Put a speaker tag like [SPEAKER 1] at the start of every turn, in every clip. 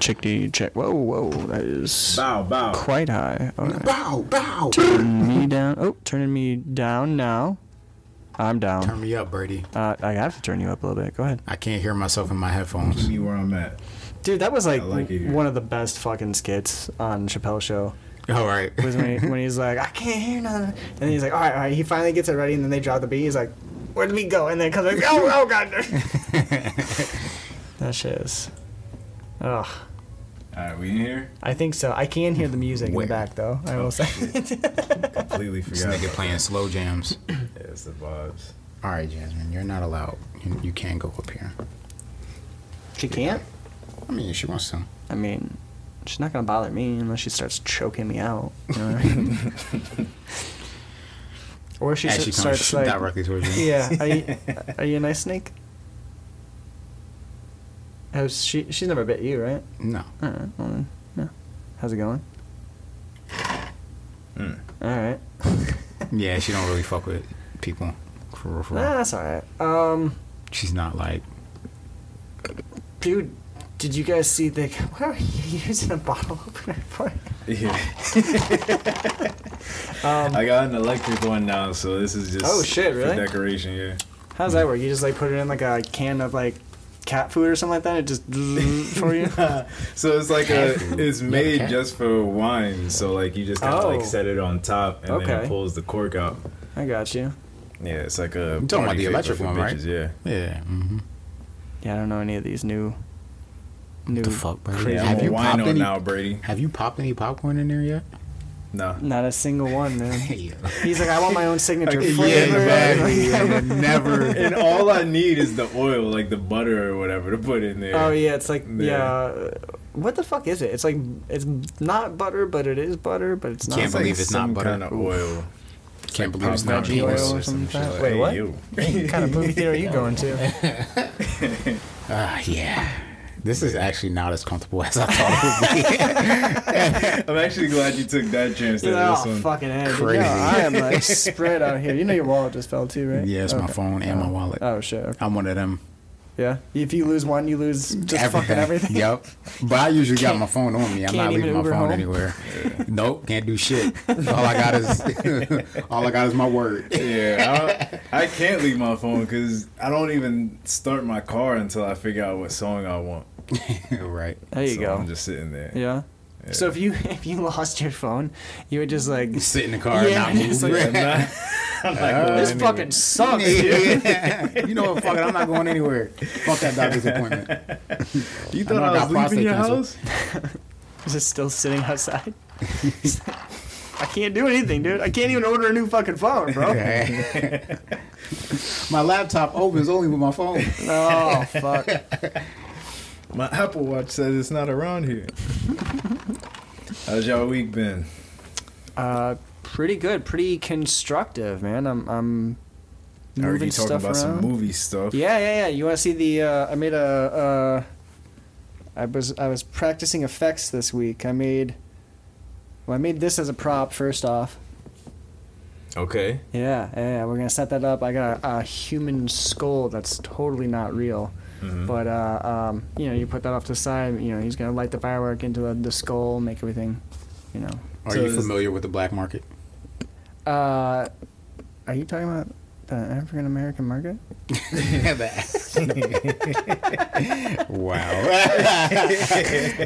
[SPEAKER 1] Chickadee, check. Whoa, whoa, that is
[SPEAKER 2] Bow, bow.
[SPEAKER 1] quite high. All right.
[SPEAKER 3] Bow, bow.
[SPEAKER 1] Turn me down. Oh, turning me down now. I'm down.
[SPEAKER 3] Turn me up, Brady.
[SPEAKER 1] Uh, I have to turn you up a little bit. Go ahead,
[SPEAKER 3] I can't hear myself in my headphones.
[SPEAKER 2] Me where I'm at.
[SPEAKER 1] dude. That was like,
[SPEAKER 2] like it here.
[SPEAKER 1] one of the best fucking skits on Chappelle Show.
[SPEAKER 3] All right.
[SPEAKER 1] was when, he, when he's like, I can't hear nothing. And then he's like, all right, all right. He finally gets it ready, and then they drop the beat. He's like, where did we go? And then it comes like, oh, oh, god. that shit is. Ugh.
[SPEAKER 2] All right, we in here?
[SPEAKER 1] I think so. I can hear the music
[SPEAKER 3] Where?
[SPEAKER 1] in the back, though. I will say.
[SPEAKER 2] Completely
[SPEAKER 3] This
[SPEAKER 2] forgot.
[SPEAKER 3] nigga playing slow jams.
[SPEAKER 2] Yeah, it's the vibes.
[SPEAKER 3] All right, Jasmine, you're not allowed. You, you can't go up here.
[SPEAKER 1] she can't?
[SPEAKER 3] I mean, if she wants to.
[SPEAKER 1] I mean, she's not going to bother me unless she starts choking me out. You know what I mean? or she
[SPEAKER 3] Actually,
[SPEAKER 1] s- starts
[SPEAKER 3] comes
[SPEAKER 1] like.
[SPEAKER 3] directly towards you.
[SPEAKER 1] Yeah. Are you, are you a nice snake? Has she, she's never bit you, right?
[SPEAKER 3] No.
[SPEAKER 1] All right. Well then, yeah. How's it going? All right.
[SPEAKER 3] Yeah, she don't really fuck with people. For, real, for real.
[SPEAKER 1] Nah, that's all right. Um,
[SPEAKER 3] She's not like.
[SPEAKER 1] dude, did you guys see the? What are you using a bottle opener for?
[SPEAKER 2] Yeah. I got an electric one now, so this is just
[SPEAKER 1] Oh, shit, really?
[SPEAKER 2] for decoration. Yeah.
[SPEAKER 1] How does that work? You just like put it in like a can of like cat food or something like that. It just for you.
[SPEAKER 2] So it's like a, it's made
[SPEAKER 3] okay.
[SPEAKER 2] just for wine. So like you just kind of
[SPEAKER 1] Oh.
[SPEAKER 2] like set it on top, and then
[SPEAKER 1] Okay.
[SPEAKER 2] it pulls the cork out.
[SPEAKER 1] I got you.
[SPEAKER 2] Yeah, it's like a.
[SPEAKER 3] talking about
[SPEAKER 2] party
[SPEAKER 3] the
[SPEAKER 2] favor
[SPEAKER 3] electric
[SPEAKER 2] for
[SPEAKER 3] one, right?
[SPEAKER 2] bitches, Yeah.
[SPEAKER 3] Yeah. Mm-hmm.
[SPEAKER 1] Yeah, I don't know any of these new. New.
[SPEAKER 3] The fuck, Brady?
[SPEAKER 2] Yeah, I'm
[SPEAKER 3] Have
[SPEAKER 2] a
[SPEAKER 3] you popped
[SPEAKER 2] wino
[SPEAKER 3] any?
[SPEAKER 2] now, Brady.
[SPEAKER 3] Have you popped any popcorn in there yet?
[SPEAKER 2] No.
[SPEAKER 1] Not a single one, man.
[SPEAKER 3] Yeah,
[SPEAKER 1] He's like, I want my own signature
[SPEAKER 2] Yeah,
[SPEAKER 1] flavor.
[SPEAKER 3] exactly. Yeah, Never.
[SPEAKER 2] and all I need is the oil, like the butter or whatever, to put in there.
[SPEAKER 1] Oh yeah, it's like
[SPEAKER 2] Yeah.
[SPEAKER 1] yeah. What the fuck is it? It's like it's not butter, but it is butter, but it's not.
[SPEAKER 3] Can't
[SPEAKER 2] It's like
[SPEAKER 3] believe it's not
[SPEAKER 2] some
[SPEAKER 3] butter.
[SPEAKER 2] Kind of oil.
[SPEAKER 3] Can't believe it's not
[SPEAKER 1] veggie
[SPEAKER 3] penis.
[SPEAKER 1] oil. or
[SPEAKER 2] some
[SPEAKER 1] something
[SPEAKER 2] shit
[SPEAKER 1] like that.
[SPEAKER 2] like-
[SPEAKER 1] Wait, what?
[SPEAKER 2] you.
[SPEAKER 1] what kind of movie theater are you going to?
[SPEAKER 3] Ah, yeah. This is actually not as comfortable as I thought it would be.
[SPEAKER 2] I'm actually glad you took that chance.
[SPEAKER 1] You're
[SPEAKER 2] than
[SPEAKER 1] like,
[SPEAKER 2] this
[SPEAKER 1] oh,
[SPEAKER 2] one.
[SPEAKER 1] fucking head.
[SPEAKER 3] Crazy.
[SPEAKER 1] No, I am like spread out here. You know your wallet just fell too, right?
[SPEAKER 3] yeah, it's my
[SPEAKER 1] Okay.
[SPEAKER 3] phone and my wallet.
[SPEAKER 1] Oh shit. Okay.
[SPEAKER 3] I'm one of them.
[SPEAKER 1] Yeah. If you lose one, you lose just fucking everything.
[SPEAKER 3] Yep. But I usually got my phone on me. I'm
[SPEAKER 1] can't
[SPEAKER 3] not
[SPEAKER 1] even
[SPEAKER 3] leaving my
[SPEAKER 1] Uber
[SPEAKER 3] phone
[SPEAKER 1] home?
[SPEAKER 3] anywhere. nope, can't do shit. All I got is all I got is my word.
[SPEAKER 2] Yeah, I, I can't leave my phone because I don't even start my car until I figure out what song I want.
[SPEAKER 3] right.
[SPEAKER 1] There you
[SPEAKER 2] so
[SPEAKER 1] go.
[SPEAKER 2] I'm just sitting there.
[SPEAKER 1] yeah. So if you if you lost your phone, you would just like this
[SPEAKER 3] Sit in the car
[SPEAKER 1] Yeah,
[SPEAKER 3] and not move.
[SPEAKER 1] it's like-
[SPEAKER 2] I'm not- I'm not going anywhere.
[SPEAKER 1] fucking sucks. dude.
[SPEAKER 3] Yeah. you know what? Fuck it. I'm not going anywhere. Fuck that doctor's appointment.
[SPEAKER 2] You
[SPEAKER 3] I know
[SPEAKER 2] thought I,
[SPEAKER 3] I got
[SPEAKER 2] was leaving your
[SPEAKER 3] prostate
[SPEAKER 2] house?
[SPEAKER 1] Is it still sitting outside? I can't do anything, dude. I can't even order a new fucking phone, bro.
[SPEAKER 3] my laptop opens only with my phone.
[SPEAKER 1] oh fuck.
[SPEAKER 2] My Apple Watch says it's not around here. How's y'all week been?
[SPEAKER 1] Uh, pretty good, pretty constructive, man. I'm I'm
[SPEAKER 2] I heard
[SPEAKER 1] moving
[SPEAKER 2] you talking
[SPEAKER 1] stuff
[SPEAKER 2] about some
[SPEAKER 1] around.
[SPEAKER 2] movie stuff.
[SPEAKER 1] yeah, yeah, yeah. You want to see the? Uh, I made a. Uh, I was I was practicing effects this week. I made. Well, I made this as a prop first off.
[SPEAKER 2] Okay.
[SPEAKER 1] Yeah, yeah, yeah, we're gonna set that up. I got a, a human skull that's totally not real,
[SPEAKER 2] Mm-hmm.
[SPEAKER 1] but uh, um, you know, you put that off to the side. You know, he's gonna light the firework into the, the skull, make everything, you know.
[SPEAKER 3] Are
[SPEAKER 2] So
[SPEAKER 3] you
[SPEAKER 2] is-
[SPEAKER 3] familiar with the black market?
[SPEAKER 1] Uh, are you talking about the African American market?
[SPEAKER 3] wow.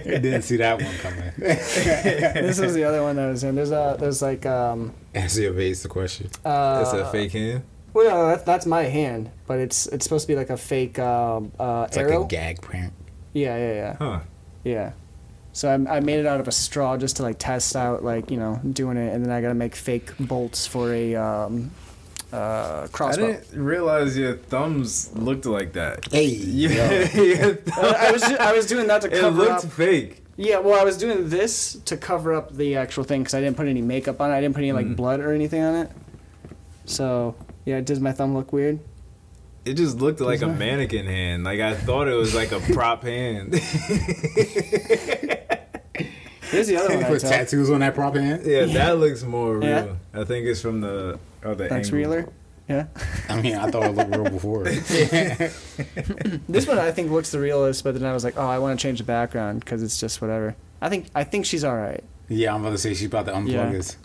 [SPEAKER 3] Didn't see that one coming.
[SPEAKER 1] this is the other one that I was in. There's a there's like um
[SPEAKER 3] Answer evades the question.
[SPEAKER 1] uh
[SPEAKER 2] That's a fake hand.
[SPEAKER 1] well no, that's, that's my hand, but it's it's supposed to be like a fake um, uh,
[SPEAKER 3] It's
[SPEAKER 1] arrow.
[SPEAKER 3] like a gag prank.
[SPEAKER 1] yeah, yeah, yeah,
[SPEAKER 2] Huh.
[SPEAKER 1] yeah. So I, I made it out of a straw just to like test out like you know doing it, and then I gotta make fake bolts for a um, uh,
[SPEAKER 2] I
[SPEAKER 1] crossbow.
[SPEAKER 2] didn't realize your thumbs looked like that.
[SPEAKER 3] Hey.
[SPEAKER 2] Yeah. your thumb-
[SPEAKER 1] I, I was ju- I was doing that to
[SPEAKER 2] it
[SPEAKER 1] cover
[SPEAKER 2] looked
[SPEAKER 1] up.
[SPEAKER 2] fake.
[SPEAKER 1] Yeah, well, I was doing this to cover up the actual thing because I didn't put any makeup on it. I didn't put any
[SPEAKER 3] Mm-hmm.
[SPEAKER 1] like blood or anything on it. So yeah, does my thumb look weird?
[SPEAKER 2] It just looked like a mannequin hand. Like I thought it was like a prop hand.
[SPEAKER 1] Here's the other one. I
[SPEAKER 3] Put
[SPEAKER 1] took.
[SPEAKER 3] tattoos on that prop hand.
[SPEAKER 2] yeah, that looks more real.
[SPEAKER 1] Yeah.
[SPEAKER 2] I think it's from the oh the
[SPEAKER 1] That's
[SPEAKER 2] angle.
[SPEAKER 1] realer. Yeah.
[SPEAKER 3] I mean, I thought it looked real before.
[SPEAKER 1] This one I think looks the realest, but then I was like, oh, I want to change the background because it's just whatever. I think I think she's all right.
[SPEAKER 3] yeah, I'm about to say she's about to unplug
[SPEAKER 1] Yeah.
[SPEAKER 3] us.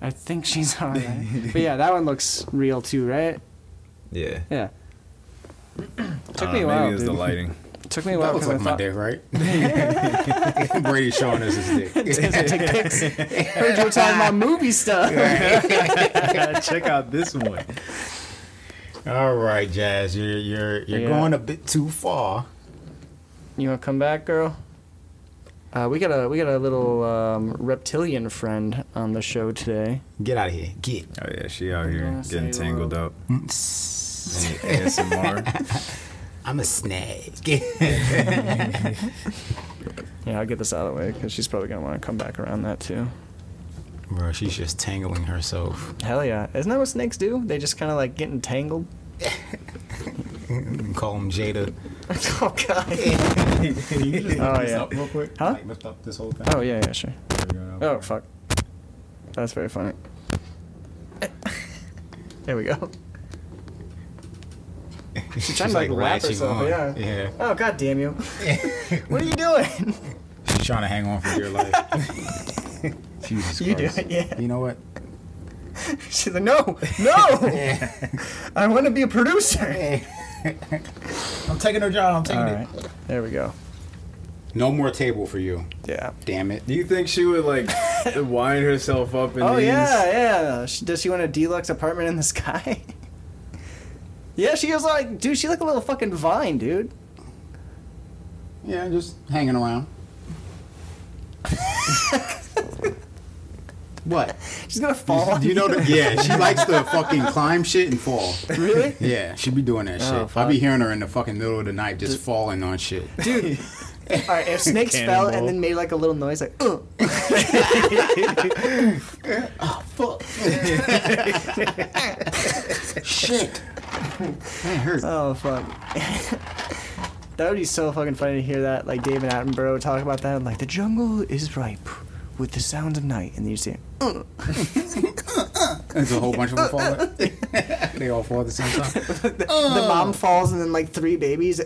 [SPEAKER 1] I think she's all right. but yeah, that one looks real too, right?
[SPEAKER 4] Yeah.
[SPEAKER 1] Yeah. Took
[SPEAKER 2] Uh,
[SPEAKER 1] me a
[SPEAKER 2] maybe
[SPEAKER 1] while.
[SPEAKER 2] it was
[SPEAKER 1] dude.
[SPEAKER 2] the lighting.
[SPEAKER 1] Took me a
[SPEAKER 3] That
[SPEAKER 1] while
[SPEAKER 3] looks
[SPEAKER 1] because
[SPEAKER 3] like my
[SPEAKER 1] I thought
[SPEAKER 3] dick, right? Brady's showing us his dick.
[SPEAKER 1] I take pics. Heard you were talking about movie stuff.
[SPEAKER 2] Check out this one.
[SPEAKER 3] All right, Jazz, you're you're you're
[SPEAKER 1] Yeah.
[SPEAKER 3] going a bit too far.
[SPEAKER 1] You want to come back, girl? Uh, we got a we got a little um, reptilian friend on the show today.
[SPEAKER 3] Get out of here. Get.
[SPEAKER 2] Oh yeah, she out here
[SPEAKER 1] Yeah,
[SPEAKER 2] getting
[SPEAKER 1] say
[SPEAKER 2] tangled
[SPEAKER 1] hello.
[SPEAKER 2] up.
[SPEAKER 3] Mm.
[SPEAKER 2] ASMR.
[SPEAKER 3] I'm a snag.
[SPEAKER 1] Yeah, I'll get this out of the way because she's probably gonna want to come back around that too.
[SPEAKER 3] Bro, she's just tangling herself.
[SPEAKER 1] Hell yeah! Isn't that what snakes do? They just kind of like get entangled.
[SPEAKER 3] Call him Jada.
[SPEAKER 1] oh god.
[SPEAKER 3] Can you just
[SPEAKER 1] Oh, yeah.
[SPEAKER 3] real quick?
[SPEAKER 1] Huh?
[SPEAKER 3] lift up this whole thing.
[SPEAKER 1] Oh yeah, yeah, sure. Oh fuck. That's very funny. there we go.
[SPEAKER 3] She's
[SPEAKER 1] trying to, like, wrap herself, yeah.
[SPEAKER 3] yeah.
[SPEAKER 1] Oh god damn you! what are you doing?
[SPEAKER 3] She's trying to hang on for dear life. Jesus
[SPEAKER 1] You do
[SPEAKER 3] Christ.
[SPEAKER 1] it, yeah.
[SPEAKER 3] You know what?
[SPEAKER 1] She's like, no, no! I want to be a producer.
[SPEAKER 3] I'm taking her job. I'm
[SPEAKER 1] All right, there we go.
[SPEAKER 3] No more table for you.
[SPEAKER 1] Yeah.
[SPEAKER 3] Damn it.
[SPEAKER 2] Do you think she would like wind herself up in
[SPEAKER 1] Oh
[SPEAKER 2] these?
[SPEAKER 1] yeah, yeah. She, does she want a deluxe apartment in the sky? yeah, she was like, dude, she like a little fucking vine, dude.
[SPEAKER 3] Yeah, just hanging around. what?
[SPEAKER 1] She's gonna fall. on
[SPEAKER 3] You know the yeah. She likes to fucking climb shit and fall.
[SPEAKER 1] really?
[SPEAKER 3] Yeah, she be doing that
[SPEAKER 1] Oh,
[SPEAKER 3] shit. I be
[SPEAKER 1] fuck.
[SPEAKER 3] hearing her in the fucking middle of the night just falling on shit.
[SPEAKER 1] dude. All right, if snakes fell and
[SPEAKER 2] Cannonball.
[SPEAKER 1] then made like a little noise, like, uh, Ugh.
[SPEAKER 3] Fuck. shit. That hurt.
[SPEAKER 1] oh fuck. that would be so fucking funny to hear that, like David Attenborough talk about that, like the jungle is ripe with the sounds of night, and then you see it.
[SPEAKER 3] There's a whole bunch of them falling. they all fall at the same time.
[SPEAKER 1] the mom falls and then like three babies.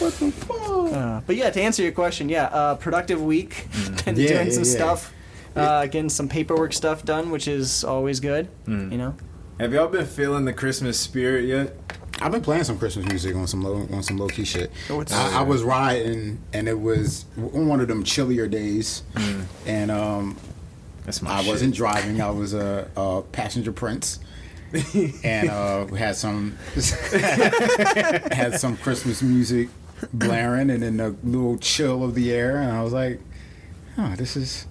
[SPEAKER 1] Uh, but yeah, to answer your question, yeah, uh, productive week. Been
[SPEAKER 3] Yeah,
[SPEAKER 1] doing
[SPEAKER 3] yeah,
[SPEAKER 1] some
[SPEAKER 3] yeah.
[SPEAKER 1] stuff, uh, getting some paperwork stuff done, which is always good. You know,
[SPEAKER 2] Have y'all been feeling the Christmas spirit yet?
[SPEAKER 3] I've been playing some Christmas music on some low on some low key shit.
[SPEAKER 1] Oh, it's-
[SPEAKER 3] I, I was riding and it was on one of them chillier days,
[SPEAKER 1] Mm.
[SPEAKER 3] and um,
[SPEAKER 2] That's
[SPEAKER 3] I wasn't driving. I was a, a passenger prince, and uh, we had some had some Christmas music blaring, and then the little chill of the air, and I was like, "Oh, this is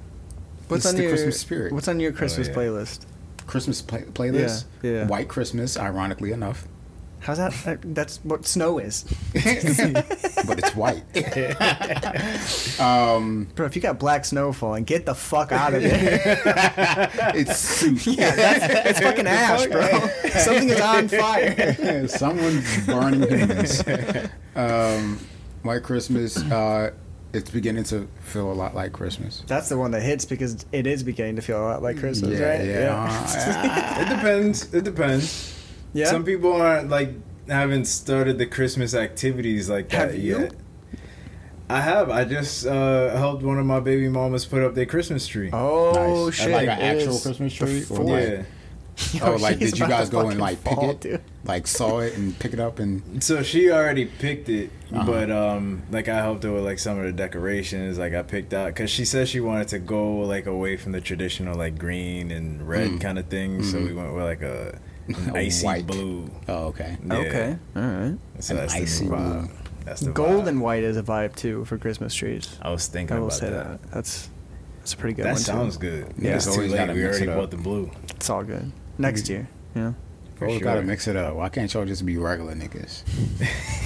[SPEAKER 1] what's
[SPEAKER 3] this
[SPEAKER 1] on
[SPEAKER 3] is the
[SPEAKER 1] your
[SPEAKER 3] Christmas spirit? Oh,
[SPEAKER 1] What's on your Christmas
[SPEAKER 2] yeah.
[SPEAKER 1] playlist?
[SPEAKER 3] Christmas play- playlist?
[SPEAKER 1] Yeah, yeah.
[SPEAKER 3] White Christmas, ironically enough,
[SPEAKER 1] How's that? uh, That's what snow is,
[SPEAKER 3] but it's white. Um,
[SPEAKER 1] bro. If you got black snow falling, get the fuck out of it.
[SPEAKER 3] it's soup.
[SPEAKER 1] it's fucking ash, bro. Something is on fire.
[SPEAKER 3] Someone's burning humans. Um, White Christmas. Uh, it's beginning to feel a lot like Christmas.
[SPEAKER 1] That's the one that hits because it is beginning to feel a lot like Christmas,
[SPEAKER 3] yeah,
[SPEAKER 1] right?
[SPEAKER 3] yeah.
[SPEAKER 2] It depends. It depends.
[SPEAKER 1] Yeah?
[SPEAKER 2] Some people aren't like haven't started the Christmas activities like that
[SPEAKER 1] Have you?
[SPEAKER 2] yet. I have. I just uh, helped one of my baby mamas put up their Christmas tree.
[SPEAKER 1] Oh
[SPEAKER 3] Nice.
[SPEAKER 1] shit!
[SPEAKER 3] Like an
[SPEAKER 1] it
[SPEAKER 3] actual
[SPEAKER 1] is
[SPEAKER 3] Christmas tree
[SPEAKER 1] the
[SPEAKER 3] or
[SPEAKER 1] fourth.
[SPEAKER 2] Yeah.
[SPEAKER 1] Yo,
[SPEAKER 3] oh, like
[SPEAKER 1] she's
[SPEAKER 3] did you
[SPEAKER 1] about
[SPEAKER 3] guys
[SPEAKER 1] to
[SPEAKER 3] go and
[SPEAKER 1] fucking
[SPEAKER 3] like pick
[SPEAKER 1] fall,
[SPEAKER 3] it,
[SPEAKER 1] dude.
[SPEAKER 3] like saw it and pick it up and
[SPEAKER 2] So she already picked it,
[SPEAKER 1] Uh-huh.
[SPEAKER 2] but um, like I helped her with like some of the decorations. Like I picked out because she said she wanted to go like away from the traditional like green and red
[SPEAKER 1] Mm.
[SPEAKER 2] kind of thing. So
[SPEAKER 1] Mm-hmm.
[SPEAKER 2] we went with like a an
[SPEAKER 3] A
[SPEAKER 2] icy
[SPEAKER 3] white.
[SPEAKER 2] blue.
[SPEAKER 3] oh okay,
[SPEAKER 2] Yeah.
[SPEAKER 1] Okay, all right.
[SPEAKER 2] So
[SPEAKER 3] An
[SPEAKER 2] that's
[SPEAKER 3] icy
[SPEAKER 2] the new
[SPEAKER 3] blue.
[SPEAKER 2] vibe. That's the
[SPEAKER 1] Gold
[SPEAKER 2] vibe.
[SPEAKER 1] and white is a vibe too for Christmas trees.
[SPEAKER 2] I was thinking
[SPEAKER 1] I will
[SPEAKER 2] about
[SPEAKER 1] say
[SPEAKER 2] that.
[SPEAKER 1] that. That's that's a pretty good
[SPEAKER 2] That
[SPEAKER 1] one
[SPEAKER 2] sounds good.
[SPEAKER 3] Yeah,
[SPEAKER 2] it's
[SPEAKER 3] it's
[SPEAKER 2] too
[SPEAKER 3] always
[SPEAKER 2] late.
[SPEAKER 3] gotta
[SPEAKER 2] We
[SPEAKER 3] mix
[SPEAKER 2] already
[SPEAKER 3] it up.
[SPEAKER 2] bought the blue.
[SPEAKER 1] too. It's all good. Next year, yeah.
[SPEAKER 2] For
[SPEAKER 3] Always gotta
[SPEAKER 2] sure.
[SPEAKER 3] mix it up. Why can't y'all just be regular niggas?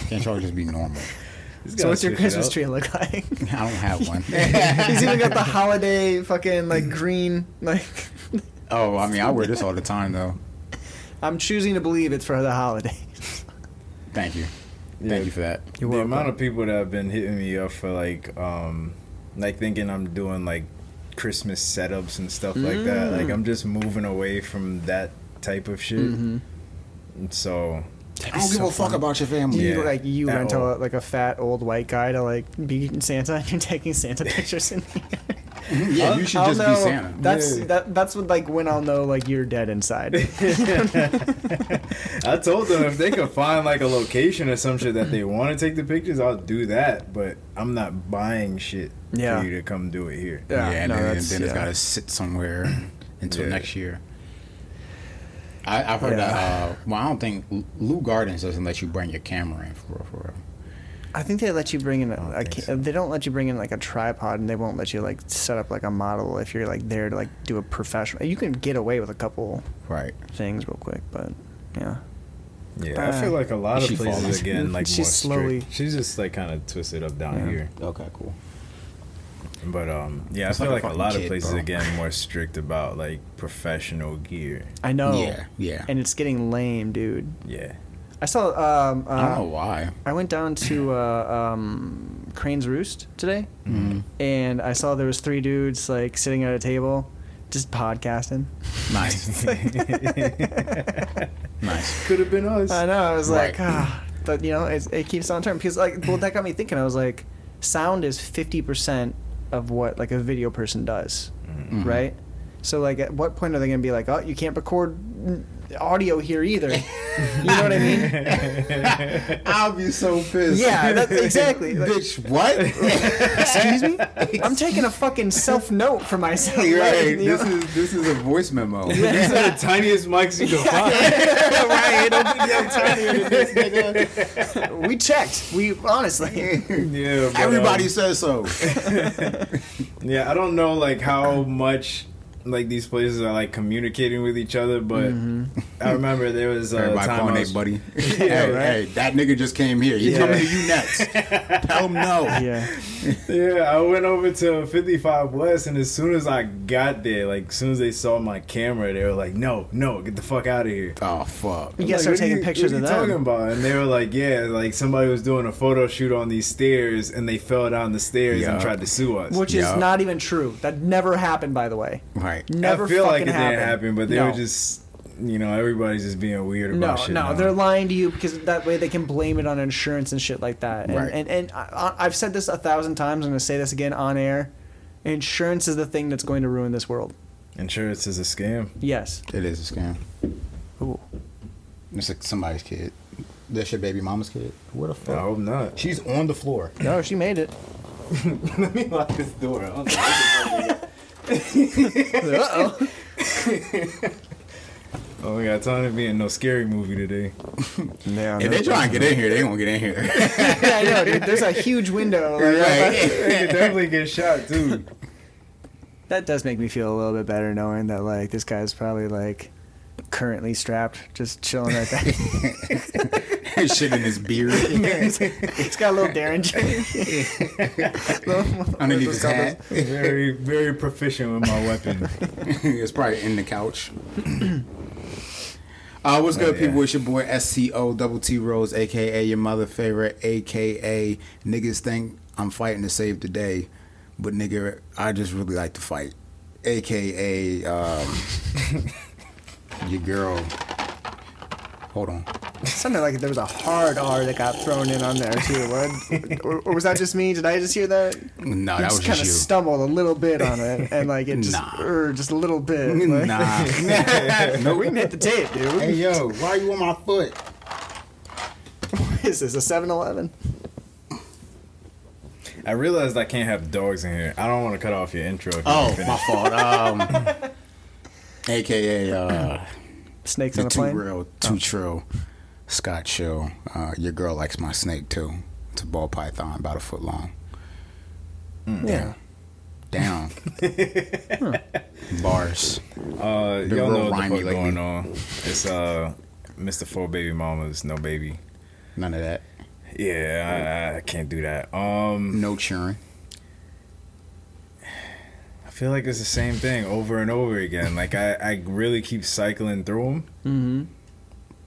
[SPEAKER 3] can't y'all just be normal?
[SPEAKER 1] So
[SPEAKER 2] Just gotta
[SPEAKER 1] what's your
[SPEAKER 2] switch it
[SPEAKER 1] Christmas
[SPEAKER 2] up.
[SPEAKER 1] tree look like?
[SPEAKER 3] I don't have one.
[SPEAKER 1] He's even got the holiday fucking like green like.
[SPEAKER 3] oh, I mean, I wear this all the time though.
[SPEAKER 1] I'm choosing to believe it's for the holiday.
[SPEAKER 3] Thank you,
[SPEAKER 2] Yeah.
[SPEAKER 3] thank you for that.
[SPEAKER 1] You're
[SPEAKER 2] the
[SPEAKER 1] welcome.
[SPEAKER 2] amount of people that have been hitting me up for like, um, like thinking I'm doing like Christmas setups and stuff like that. Like I'm just moving away from that type of shit. And So
[SPEAKER 3] I don't give a fuck about your
[SPEAKER 1] Do
[SPEAKER 3] family.
[SPEAKER 1] you
[SPEAKER 2] Yeah.
[SPEAKER 1] like you
[SPEAKER 2] At
[SPEAKER 1] rent a,
[SPEAKER 2] all.
[SPEAKER 1] like a fat old white guy to like be Santa and you're taking Santa pictures in here?
[SPEAKER 3] Yeah, you should
[SPEAKER 1] I'll
[SPEAKER 3] just
[SPEAKER 1] know-
[SPEAKER 3] be Santa.
[SPEAKER 1] That's
[SPEAKER 2] Yeah.
[SPEAKER 1] that, that's what like when I'll know like you're dead inside.
[SPEAKER 2] I told them if they could find like a location or some shit that they want to take the pictures, I'll do that. But I'm not buying shit
[SPEAKER 1] Yeah.
[SPEAKER 2] for you to come do it here.
[SPEAKER 1] Yeah,
[SPEAKER 3] Yeah, and
[SPEAKER 1] no,
[SPEAKER 3] then,
[SPEAKER 1] that's-
[SPEAKER 3] then it's
[SPEAKER 1] yeah.
[SPEAKER 3] got to sit somewhere until
[SPEAKER 2] Yeah.
[SPEAKER 3] next year. I, I've heard
[SPEAKER 1] Yeah.
[SPEAKER 3] that. Uh, well, I don't think Lou Gardens doesn't let you bring your camera in for real. For real.
[SPEAKER 1] I think they let you bring in. A, a,
[SPEAKER 2] think
[SPEAKER 1] ca-
[SPEAKER 2] so.
[SPEAKER 1] They don't let you bring in like a tripod, and they won't let you like set up like a model if you're like there to like do a professional. You can get away with a couple
[SPEAKER 3] Right.
[SPEAKER 1] things real quick, but yeah,
[SPEAKER 2] Yeah, I feel like a lot of
[SPEAKER 3] She
[SPEAKER 2] places
[SPEAKER 3] falls.
[SPEAKER 2] again like
[SPEAKER 1] She's
[SPEAKER 2] more strict.
[SPEAKER 1] slowly-
[SPEAKER 2] She's just like kind of twisted up down
[SPEAKER 1] Yeah.
[SPEAKER 2] here.
[SPEAKER 3] Okay. Cool.
[SPEAKER 2] But um, yeah,
[SPEAKER 3] It's
[SPEAKER 2] I feel
[SPEAKER 3] like
[SPEAKER 2] like,
[SPEAKER 3] a
[SPEAKER 2] a
[SPEAKER 3] fucking
[SPEAKER 2] lot of
[SPEAKER 3] kid,
[SPEAKER 2] places
[SPEAKER 3] bro.
[SPEAKER 2] again more strict about like professional gear.
[SPEAKER 1] I know.
[SPEAKER 3] Yeah. Yeah.
[SPEAKER 1] And it's getting lame, dude.
[SPEAKER 2] Yeah,
[SPEAKER 1] I saw. Um, uh,
[SPEAKER 3] I don't know why.
[SPEAKER 1] I went down to uh, um, Crane's Roost today,
[SPEAKER 3] Mm-hmm.
[SPEAKER 1] and I saw there was three dudes like sitting at a table, just podcasting.
[SPEAKER 3] Mm-hmm. Nice. nice.
[SPEAKER 2] could have been us.
[SPEAKER 1] I know. I was like,
[SPEAKER 3] Right.
[SPEAKER 1] ah, but you know, it's, it keeps on turning because like, well, that got me thinking. I was like, sound is fifty percent of what like a video person does,
[SPEAKER 3] Mm-hmm.
[SPEAKER 1] right? So like, at what point are they going to be like, oh, you can't record mm, audio here either? you know what I mean?
[SPEAKER 3] I'll be so pissed.
[SPEAKER 1] Yeah, that's exactly. Like,
[SPEAKER 3] Bitch, what?
[SPEAKER 1] excuse me, I'm taking a fucking self note for myself.
[SPEAKER 3] You're
[SPEAKER 1] Like,
[SPEAKER 3] right.
[SPEAKER 1] you know?
[SPEAKER 3] This is this is a voice memo.
[SPEAKER 2] These are the tiniest mics you can find.
[SPEAKER 1] right. we checked. We honestly.
[SPEAKER 2] yeah, but, um,
[SPEAKER 3] Everybody says so.
[SPEAKER 2] Yeah, I don't know like how much like these places are like communicating with each other, but I remember there was a
[SPEAKER 3] Mm-hmm. Everybody
[SPEAKER 2] time I
[SPEAKER 3] calling their
[SPEAKER 2] was-
[SPEAKER 3] buddy.
[SPEAKER 2] Yeah,
[SPEAKER 3] hey,
[SPEAKER 2] right.
[SPEAKER 3] hey, that nigga just came here. He's
[SPEAKER 2] Yeah.
[SPEAKER 3] coming to you next. Tell him no.
[SPEAKER 1] Yeah.
[SPEAKER 2] Yeah, I went over to 55 West, and as soon as I got there, like as soon as they saw my camera, they were like, "No, no, get the fuck out of here."
[SPEAKER 3] Oh fuck.
[SPEAKER 1] You gotta
[SPEAKER 2] I'm
[SPEAKER 1] start
[SPEAKER 2] "What are
[SPEAKER 1] taking
[SPEAKER 2] you-
[SPEAKER 1] pictures
[SPEAKER 2] what
[SPEAKER 1] of
[SPEAKER 2] are you
[SPEAKER 1] them.
[SPEAKER 2] talking about? And they were like, "Yeah, like somebody was doing a photo shoot on these stairs, and they fell down the stairs
[SPEAKER 3] Yeah.
[SPEAKER 2] and tried to sue us."
[SPEAKER 1] Which
[SPEAKER 3] Yeah.
[SPEAKER 1] is not even true. That never happened, by the way.
[SPEAKER 3] Right.
[SPEAKER 1] Never
[SPEAKER 2] I feel like
[SPEAKER 1] fucking
[SPEAKER 2] it
[SPEAKER 1] happened.
[SPEAKER 2] didn't happen, but they
[SPEAKER 1] no.
[SPEAKER 2] were just, you know, everybody's just being weird
[SPEAKER 1] No,
[SPEAKER 2] about shit.
[SPEAKER 1] no,
[SPEAKER 2] now.
[SPEAKER 1] they're lying to you because that way they can blame it on insurance and shit like that. And
[SPEAKER 3] Right.
[SPEAKER 1] and, and I, I- I've said this a thousand times. I'm gonna say this again on air. Insurance is the thing that's going to ruin this world.
[SPEAKER 2] insurance is a scam.
[SPEAKER 1] Yes.
[SPEAKER 3] It is a scam.
[SPEAKER 1] Ooh.
[SPEAKER 3] It's like somebody's kid. That's your baby mama's kid. What the
[SPEAKER 2] I
[SPEAKER 1] Oh.
[SPEAKER 3] fuck?
[SPEAKER 2] hope not.
[SPEAKER 3] She's on the floor.
[SPEAKER 1] No, she made it.
[SPEAKER 2] Let me lock this door.
[SPEAKER 1] Uh-oh.
[SPEAKER 2] Oh my god, time to be in no scary movie today.
[SPEAKER 1] Yeah,
[SPEAKER 3] If they try and get in here, they won't get in here.
[SPEAKER 1] yeah, I know, dude. There's a huge window. like,
[SPEAKER 2] They
[SPEAKER 3] right.
[SPEAKER 2] could definitely get shot too.
[SPEAKER 1] That does make me feel a little bit better knowing that like this guy's probably like currently strapped, just chilling right there.
[SPEAKER 3] Shit in his beard.
[SPEAKER 1] He's got a little Derringer.
[SPEAKER 3] Underneath his hat.
[SPEAKER 2] Very, very proficient with my weapon.
[SPEAKER 3] it's probably in the couch. Uh, what's good,
[SPEAKER 2] yeah.
[SPEAKER 3] people? It's your boy SCO Double T Rose, aka your mother favorite, aka niggas think I'm fighting to save the day, but nigga, I just really like to fight, aka um, your girl. Hold on,
[SPEAKER 1] Sounded like there was a hard R that got thrown in on there too. What? Or, or was that just me? Did I just hear that?
[SPEAKER 3] no,
[SPEAKER 1] I
[SPEAKER 3] that was
[SPEAKER 1] just kind
[SPEAKER 3] just you.
[SPEAKER 1] of stumbled a little bit on it, and like it just,
[SPEAKER 3] Nah.
[SPEAKER 1] er, just a little bit. Like,
[SPEAKER 3] nah,
[SPEAKER 1] No, we didn't hit the tape, dude.
[SPEAKER 3] Hey yo, why you on my foot?
[SPEAKER 1] What is this a 7-Eleven?
[SPEAKER 2] I realized I can't have dogs in here. I don't want to cut off your intro. If
[SPEAKER 3] Oh,
[SPEAKER 2] you
[SPEAKER 3] my fault. Um, AKA uh,
[SPEAKER 1] Snakes on
[SPEAKER 3] the
[SPEAKER 1] a
[SPEAKER 3] two
[SPEAKER 1] plane.
[SPEAKER 3] real, two trill, Scott Chill. Uh, your girl likes my snake too. It's a ball python, about a foot long.
[SPEAKER 1] Yeah.
[SPEAKER 3] Down. Bars.
[SPEAKER 2] uh,
[SPEAKER 3] Been
[SPEAKER 2] y'all
[SPEAKER 3] real
[SPEAKER 2] know what the
[SPEAKER 3] rhymey
[SPEAKER 2] fuck
[SPEAKER 3] lately.
[SPEAKER 2] going on. It's uh, Mr. Four Baby Mamas, no baby.
[SPEAKER 3] None of that.
[SPEAKER 2] Yeah, I, I can't do that. Um,
[SPEAKER 3] No cheering.
[SPEAKER 2] I feel like it's the same thing over and over again. Like I, I really keep cycling through them, mm-hmm.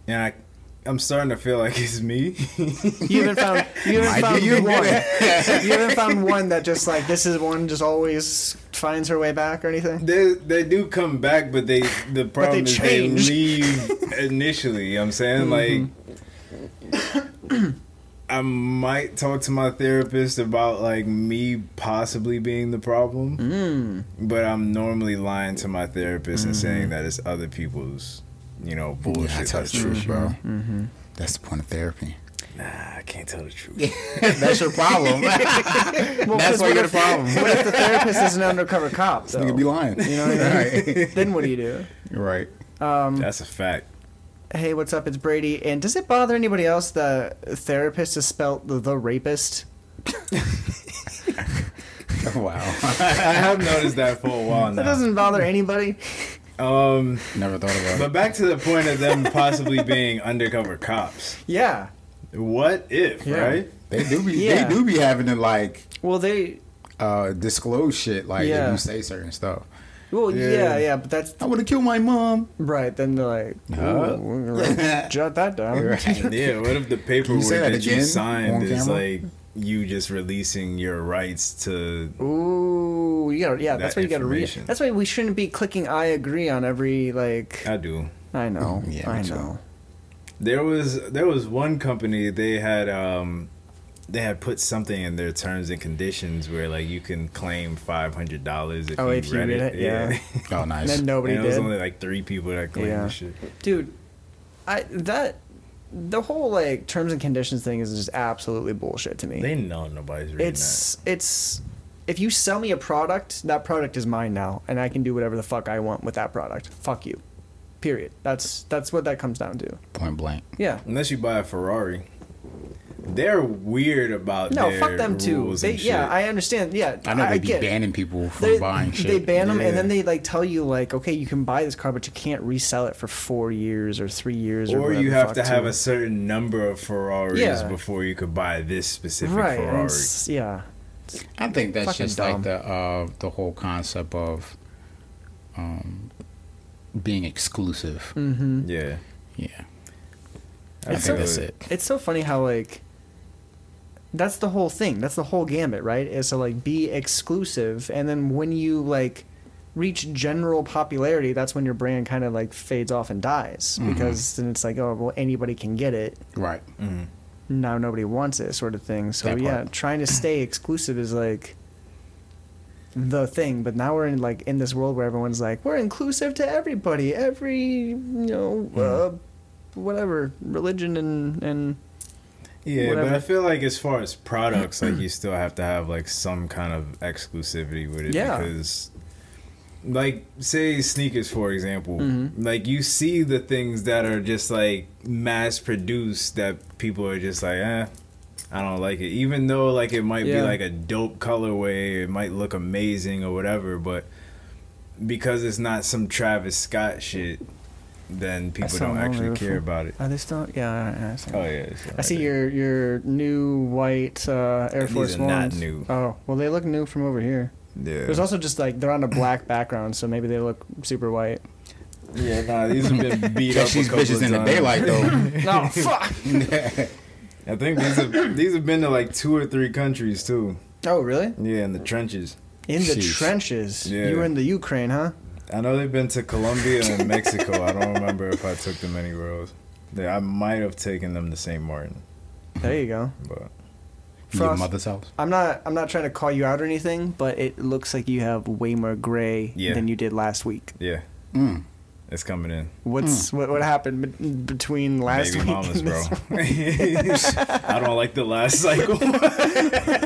[SPEAKER 2] and I, I'm starting to feel like it's me.
[SPEAKER 1] You haven't found you haven't
[SPEAKER 3] Might
[SPEAKER 1] found
[SPEAKER 3] be you.
[SPEAKER 1] one. you haven't found one that just like this is one just always finds her way back or anything?
[SPEAKER 2] They they do come back, but they the problem is
[SPEAKER 1] change.
[SPEAKER 2] they leave initially. You know what I'm saying like. I might talk to my therapist about like me possibly being the problem, but I'm normally lying to my therapist and saying that it's other people's, you know, bullshit.
[SPEAKER 3] Yeah, I tell the truth, bro. That's the point of therapy.
[SPEAKER 2] Nah, I can't tell the truth.
[SPEAKER 3] That's your problem. That's why you're the problem.
[SPEAKER 1] What if the therapist is an undercover cop?
[SPEAKER 3] You
[SPEAKER 1] Though?
[SPEAKER 3] could be lying. You know what I mean?
[SPEAKER 1] then what do you do?
[SPEAKER 3] right.
[SPEAKER 2] That's a fact.
[SPEAKER 1] Hey, what's up? It's Brady. And does it bother anybody else that therapist is spelled the, the rapist?
[SPEAKER 3] Wow.
[SPEAKER 2] I have noticed that for a while
[SPEAKER 1] That
[SPEAKER 2] now.
[SPEAKER 1] doesn't bother anybody.
[SPEAKER 2] Um,
[SPEAKER 3] Never thought about it.
[SPEAKER 2] but back to the point of them possibly being undercover cops.
[SPEAKER 1] Yeah.
[SPEAKER 2] What if,
[SPEAKER 1] Yeah.
[SPEAKER 2] right?
[SPEAKER 3] They do be
[SPEAKER 1] Yeah.
[SPEAKER 3] they do be having to like
[SPEAKER 1] Well, they.
[SPEAKER 3] uh, disclose shit like
[SPEAKER 1] Yeah.
[SPEAKER 3] if you say certain stuff.
[SPEAKER 1] Well, yeah, yeah,
[SPEAKER 2] Yeah.
[SPEAKER 1] but that's
[SPEAKER 3] I would have killed my mom.
[SPEAKER 1] right. Then they're like, ooh,
[SPEAKER 2] Huh?
[SPEAKER 1] we're gonna jot that down.
[SPEAKER 2] Yeah, what if the
[SPEAKER 3] you
[SPEAKER 2] paperwork
[SPEAKER 3] say that
[SPEAKER 2] that, you
[SPEAKER 3] again
[SPEAKER 2] signed
[SPEAKER 3] on
[SPEAKER 2] is
[SPEAKER 3] camera?
[SPEAKER 2] like you just releasing your rights to.
[SPEAKER 1] Ooh, you gotta, yeah,
[SPEAKER 2] That
[SPEAKER 1] that's why you gotta read.
[SPEAKER 2] information.
[SPEAKER 1] That's why we shouldn't be clicking I agree on every like.
[SPEAKER 2] I do.
[SPEAKER 1] I know,
[SPEAKER 3] Oh, yeah,
[SPEAKER 1] I
[SPEAKER 3] me too.
[SPEAKER 1] know.
[SPEAKER 2] There was there was one company they had um they had put something in their terms and conditions where like you can claim five hundred dollars if
[SPEAKER 1] Oh,
[SPEAKER 2] you
[SPEAKER 1] if you
[SPEAKER 2] read
[SPEAKER 1] read
[SPEAKER 2] it.
[SPEAKER 1] it, yeah.
[SPEAKER 3] Oh,
[SPEAKER 1] And
[SPEAKER 3] nice.
[SPEAKER 1] then nobody
[SPEAKER 2] and
[SPEAKER 1] did.
[SPEAKER 2] it was only like three people that claimed
[SPEAKER 1] Yeah.
[SPEAKER 2] the shit.
[SPEAKER 1] dude i that the whole like terms and conditions thing is just absolutely bullshit to me
[SPEAKER 2] They know nobody's reading
[SPEAKER 1] it's it's if you sell me a product that product is mine now and i can do whatever the fuck i want with that product fuck you period that's that's what that comes down to
[SPEAKER 3] Point blank.
[SPEAKER 1] yeah
[SPEAKER 2] that. Unless you buy a Ferrari, they're weird about
[SPEAKER 1] no
[SPEAKER 2] their
[SPEAKER 1] fuck them too
[SPEAKER 2] rules
[SPEAKER 1] they,
[SPEAKER 2] and
[SPEAKER 1] yeah
[SPEAKER 2] shit.
[SPEAKER 1] i understand yeah
[SPEAKER 3] I know they be
[SPEAKER 1] get it.
[SPEAKER 3] banning people from
[SPEAKER 1] they,
[SPEAKER 3] buying shit.
[SPEAKER 1] they ban them
[SPEAKER 2] Yeah.
[SPEAKER 1] and then they like tell you like okay you can buy this car but you can't resell it for four years or three years or,
[SPEAKER 2] or
[SPEAKER 1] whatever
[SPEAKER 2] you
[SPEAKER 1] the
[SPEAKER 2] have
[SPEAKER 1] fuck
[SPEAKER 2] to have
[SPEAKER 1] too.
[SPEAKER 2] a certain number of Ferraris
[SPEAKER 1] Yeah.
[SPEAKER 2] before you could buy this specific
[SPEAKER 1] right and
[SPEAKER 2] Ferrari.
[SPEAKER 1] it's- yeah
[SPEAKER 3] I think that's
[SPEAKER 1] Fucking
[SPEAKER 3] just
[SPEAKER 1] dumb.
[SPEAKER 3] like the uh, the whole concept of um, being exclusive.
[SPEAKER 1] Mm-hmm.
[SPEAKER 2] Yeah,
[SPEAKER 3] Yeah, I,
[SPEAKER 2] I
[SPEAKER 3] think
[SPEAKER 2] feel
[SPEAKER 3] that's
[SPEAKER 2] it.
[SPEAKER 3] it.
[SPEAKER 1] it's so funny how like that's the whole thing that's the whole gambit right is to like be exclusive and then when you like reach general popularity that's when your brand kind of like fades off and dies
[SPEAKER 3] Mm-hmm.
[SPEAKER 1] because then it's like oh well anybody can get it
[SPEAKER 3] Right.
[SPEAKER 2] mm.
[SPEAKER 1] now nobody wants it sort of thing so
[SPEAKER 3] That
[SPEAKER 1] yeah
[SPEAKER 3] part.
[SPEAKER 1] trying to stay exclusive is like the thing but now we're in like in this world where everyone's like we're inclusive to everybody every you know
[SPEAKER 3] Mm-hmm.
[SPEAKER 1] uh, whatever religion and and
[SPEAKER 2] Yeah, but
[SPEAKER 1] Whatever.
[SPEAKER 2] I feel like as far as products, like you still have to have like some kind of exclusivity with it
[SPEAKER 1] Yeah.
[SPEAKER 2] because like say sneakers for example,
[SPEAKER 1] Mm-hmm.
[SPEAKER 2] like you see the things that are just like mass produced that people are just like, eh, I don't like it. Even though like it might
[SPEAKER 1] Yeah.
[SPEAKER 2] be like a dope colorway, it might look amazing or whatever, but because it's not some Travis Scott shit, then people
[SPEAKER 1] saw
[SPEAKER 2] don't
[SPEAKER 1] one
[SPEAKER 2] actually
[SPEAKER 1] before.
[SPEAKER 2] care about it.
[SPEAKER 1] Are they still? Yeah, all right, all right, I see.
[SPEAKER 2] Oh yeah, it's
[SPEAKER 1] I
[SPEAKER 2] not
[SPEAKER 1] see
[SPEAKER 2] like-
[SPEAKER 1] your your new white uh, Air
[SPEAKER 2] These
[SPEAKER 1] Force
[SPEAKER 2] are not
[SPEAKER 1] Ones.
[SPEAKER 2] new.
[SPEAKER 1] Oh well, they look new from over here.
[SPEAKER 2] Yeah.
[SPEAKER 1] There's also just like they're on a black background, so maybe they look super white.
[SPEAKER 2] Yeah, nah, these have been beat up.
[SPEAKER 3] Catch
[SPEAKER 2] a
[SPEAKER 3] these
[SPEAKER 2] couple
[SPEAKER 3] bitches
[SPEAKER 2] of
[SPEAKER 3] in the
[SPEAKER 2] times.
[SPEAKER 3] daylight though.
[SPEAKER 1] oh fuck!
[SPEAKER 2] I think these have these have been to like two or three countries too.
[SPEAKER 1] Oh really?
[SPEAKER 2] Yeah, in the trenches.
[SPEAKER 1] In the
[SPEAKER 3] Jeez.
[SPEAKER 1] trenches.
[SPEAKER 2] Yeah.
[SPEAKER 1] You were in the Ukraine, huh?
[SPEAKER 2] I know they've been to Colombia and Mexico. I don't remember if I took them anywhere else. Yeah, I might have taken them to St. Martin,
[SPEAKER 1] There you go.
[SPEAKER 2] but
[SPEAKER 3] Your
[SPEAKER 1] Frost.
[SPEAKER 3] mother's house.
[SPEAKER 1] I'm not I'm not trying to call you out or anything, but it looks like you have way more gray
[SPEAKER 2] Yeah.
[SPEAKER 1] than you did last week.
[SPEAKER 2] yeah,
[SPEAKER 3] Mm.
[SPEAKER 2] it's coming in.
[SPEAKER 1] What's what what happened be- between last
[SPEAKER 2] Hmm. Baby
[SPEAKER 1] week
[SPEAKER 2] mamas,
[SPEAKER 1] and
[SPEAKER 2] bro.
[SPEAKER 1] this?
[SPEAKER 2] I don't like the last cycle.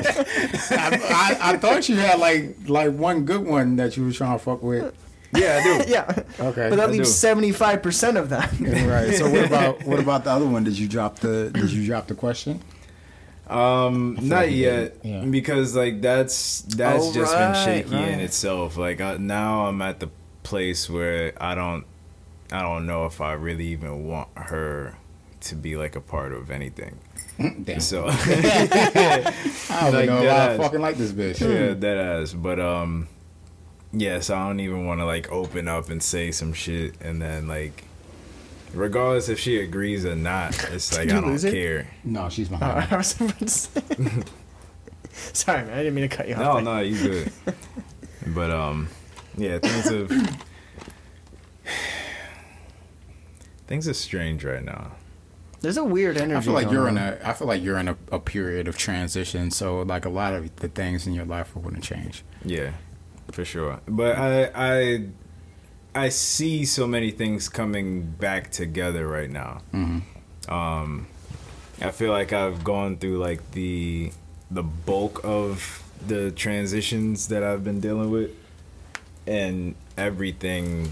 [SPEAKER 3] I, I, I thought you had like like one good one that you were trying to fuck with.
[SPEAKER 2] yeah, I do.
[SPEAKER 1] yeah.
[SPEAKER 3] Okay.
[SPEAKER 1] But that
[SPEAKER 2] I
[SPEAKER 1] leaves
[SPEAKER 2] do.
[SPEAKER 1] seventy five percent of them.
[SPEAKER 3] right. So what about what about the other one? Did you drop the Did you drop the question?
[SPEAKER 2] Um,
[SPEAKER 3] like
[SPEAKER 2] not
[SPEAKER 3] we
[SPEAKER 2] yet,
[SPEAKER 3] did, yeah.
[SPEAKER 2] because like that's that's
[SPEAKER 1] Oh,
[SPEAKER 2] just
[SPEAKER 1] right,
[SPEAKER 2] been shaky in
[SPEAKER 1] right.
[SPEAKER 2] itself. Like I, now I'm at the place where I don't I don't know if I really even want her to be like a part of anything.
[SPEAKER 3] Damn.
[SPEAKER 2] So
[SPEAKER 3] I don't
[SPEAKER 2] Like
[SPEAKER 3] know.
[SPEAKER 2] that
[SPEAKER 3] I
[SPEAKER 2] ass.
[SPEAKER 3] fucking like this bitch.
[SPEAKER 2] yeah, that ass. But um, yeah, so I don't even want to like open up and say some shit, and then like, regardless if she agrees or not, it's like
[SPEAKER 1] you
[SPEAKER 2] I don't
[SPEAKER 1] lose it?
[SPEAKER 2] care.
[SPEAKER 3] No, she's my.
[SPEAKER 1] Uh,
[SPEAKER 3] homie.
[SPEAKER 1] I was about to say. Sorry, man. I didn't mean to cut you off.
[SPEAKER 2] No,
[SPEAKER 1] there.
[SPEAKER 2] no, you good. But um, yeah, things have things are strange right now.
[SPEAKER 1] There's a weird energy.
[SPEAKER 3] I feel like
[SPEAKER 1] going
[SPEAKER 3] you're
[SPEAKER 1] on.
[SPEAKER 3] in a. I feel like you're in a, a period of transition. So like a lot of the things in your life wouldn't change.
[SPEAKER 2] Yeah, for sure. But I I I see so many things coming back together right now. Um,
[SPEAKER 1] Mm-hmm.
[SPEAKER 2] I feel like I've gone through like the the bulk of the transitions that I've been dealing with, and everything,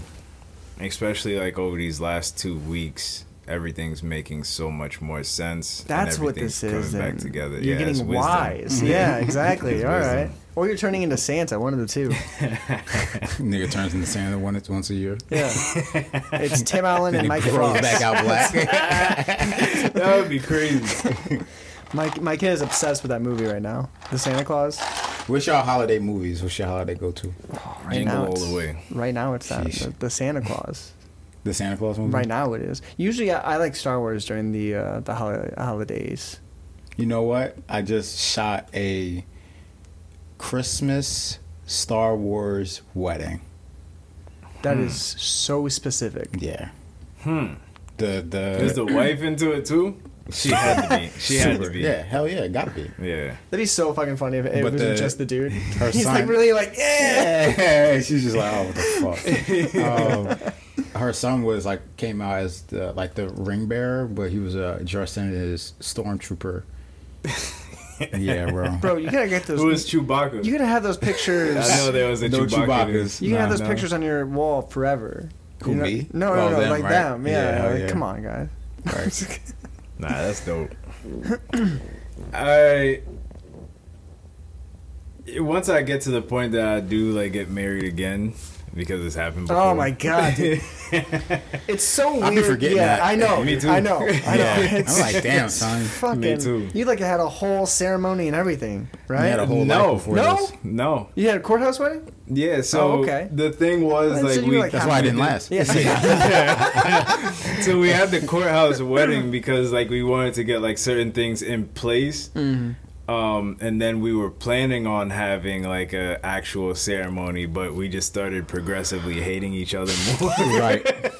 [SPEAKER 2] especially like over these last two weeks. Everything's making so much more sense. and
[SPEAKER 1] That's what
[SPEAKER 2] everything's
[SPEAKER 1] this is.
[SPEAKER 2] Coming
[SPEAKER 1] then.
[SPEAKER 2] back together.
[SPEAKER 1] You're
[SPEAKER 2] Yeah, it's
[SPEAKER 1] getting
[SPEAKER 2] wisdom.
[SPEAKER 1] wise. Yeah,
[SPEAKER 2] It's
[SPEAKER 1] exactly. All
[SPEAKER 2] wisdom.
[SPEAKER 1] right. Or you're turning into Santa, one of the two.
[SPEAKER 3] Nigga turns into Santa once once a year.
[SPEAKER 1] Yeah. it's Tim Allen and
[SPEAKER 3] He
[SPEAKER 1] Mike
[SPEAKER 3] grows
[SPEAKER 1] Frost.
[SPEAKER 3] back out black.
[SPEAKER 2] That would be crazy.
[SPEAKER 1] Mike, my kid is obsessed with that movie right now. The Santa Claus.
[SPEAKER 3] What's your holiday movies? What's your holiday go to?
[SPEAKER 1] Right
[SPEAKER 2] Jingle
[SPEAKER 1] now
[SPEAKER 2] all
[SPEAKER 1] it's-
[SPEAKER 2] the way.
[SPEAKER 1] Right now it's that
[SPEAKER 3] Sheesh.
[SPEAKER 1] the, the Santa Claus.
[SPEAKER 3] The Santa Claus
[SPEAKER 2] Mm-hmm.
[SPEAKER 3] movie.
[SPEAKER 1] Right now it is. Usually I, I like Star Wars during the uh, the holi- holidays.
[SPEAKER 3] You know what? I just shot a Christmas Star Wars wedding.
[SPEAKER 1] That
[SPEAKER 2] Hmm.
[SPEAKER 1] is so specific.
[SPEAKER 3] Yeah. Hmm. The the
[SPEAKER 2] Is the wife into it too? She had to be. She had to be.
[SPEAKER 3] Yeah, hell yeah, gotta be.
[SPEAKER 2] Yeah.
[SPEAKER 1] That'd be so fucking funny if it
[SPEAKER 3] But
[SPEAKER 1] was not
[SPEAKER 3] the-
[SPEAKER 1] just the dude.
[SPEAKER 3] her
[SPEAKER 1] He's like
[SPEAKER 3] son-
[SPEAKER 1] really like yeah.
[SPEAKER 3] Yeah, she's just like, oh, what the fuck. um, her son was like came out as the, like the ring bearer, but he was uh, dressed in as stormtrooper. yeah, bro.
[SPEAKER 1] Bro, you gotta get
[SPEAKER 2] Who
[SPEAKER 1] those.
[SPEAKER 2] is Chewbacca?
[SPEAKER 1] You gotta have those pictures.
[SPEAKER 2] I know there was a
[SPEAKER 3] No
[SPEAKER 2] Chewbacca.
[SPEAKER 3] Chewbacca's.
[SPEAKER 1] You can have
[SPEAKER 3] Nah,
[SPEAKER 1] those
[SPEAKER 3] no.
[SPEAKER 1] pictures on your wall forever.
[SPEAKER 3] Who,
[SPEAKER 1] You know-
[SPEAKER 3] me?
[SPEAKER 1] No, no,
[SPEAKER 3] Oh,
[SPEAKER 1] no,
[SPEAKER 3] them,
[SPEAKER 1] like
[SPEAKER 3] right?
[SPEAKER 1] them. Yeah,
[SPEAKER 3] Yeah,
[SPEAKER 1] like,
[SPEAKER 3] yeah.
[SPEAKER 1] come on, guys.
[SPEAKER 3] Right.
[SPEAKER 2] Nah, that's dope. I once I get to the point that I do like get married again because it's happened. Before.
[SPEAKER 1] Oh my god, dude. it's so weird.
[SPEAKER 3] be forgetting
[SPEAKER 1] yeah,
[SPEAKER 3] that.
[SPEAKER 1] I know.
[SPEAKER 2] Me too.
[SPEAKER 1] I know. I know.
[SPEAKER 3] Yeah.
[SPEAKER 1] It's
[SPEAKER 3] I'm like, damn, son.
[SPEAKER 1] fucking.
[SPEAKER 2] too.
[SPEAKER 1] You like had a whole ceremony and everything, right?
[SPEAKER 3] You had a whole
[SPEAKER 2] No.
[SPEAKER 3] life before
[SPEAKER 1] No?
[SPEAKER 3] this.
[SPEAKER 2] No.
[SPEAKER 1] You had a courthouse wedding.
[SPEAKER 2] Yeah. So
[SPEAKER 1] Oh, okay.
[SPEAKER 2] the thing was
[SPEAKER 1] And so
[SPEAKER 2] like
[SPEAKER 1] you
[SPEAKER 2] we
[SPEAKER 1] like
[SPEAKER 3] That's why I didn't last.
[SPEAKER 1] Yeah.
[SPEAKER 2] so we had the courthouse wedding because like we wanted to get like certain things in place um, and then we were planning on having like a actual ceremony but we just started progressively hating each other more
[SPEAKER 3] right.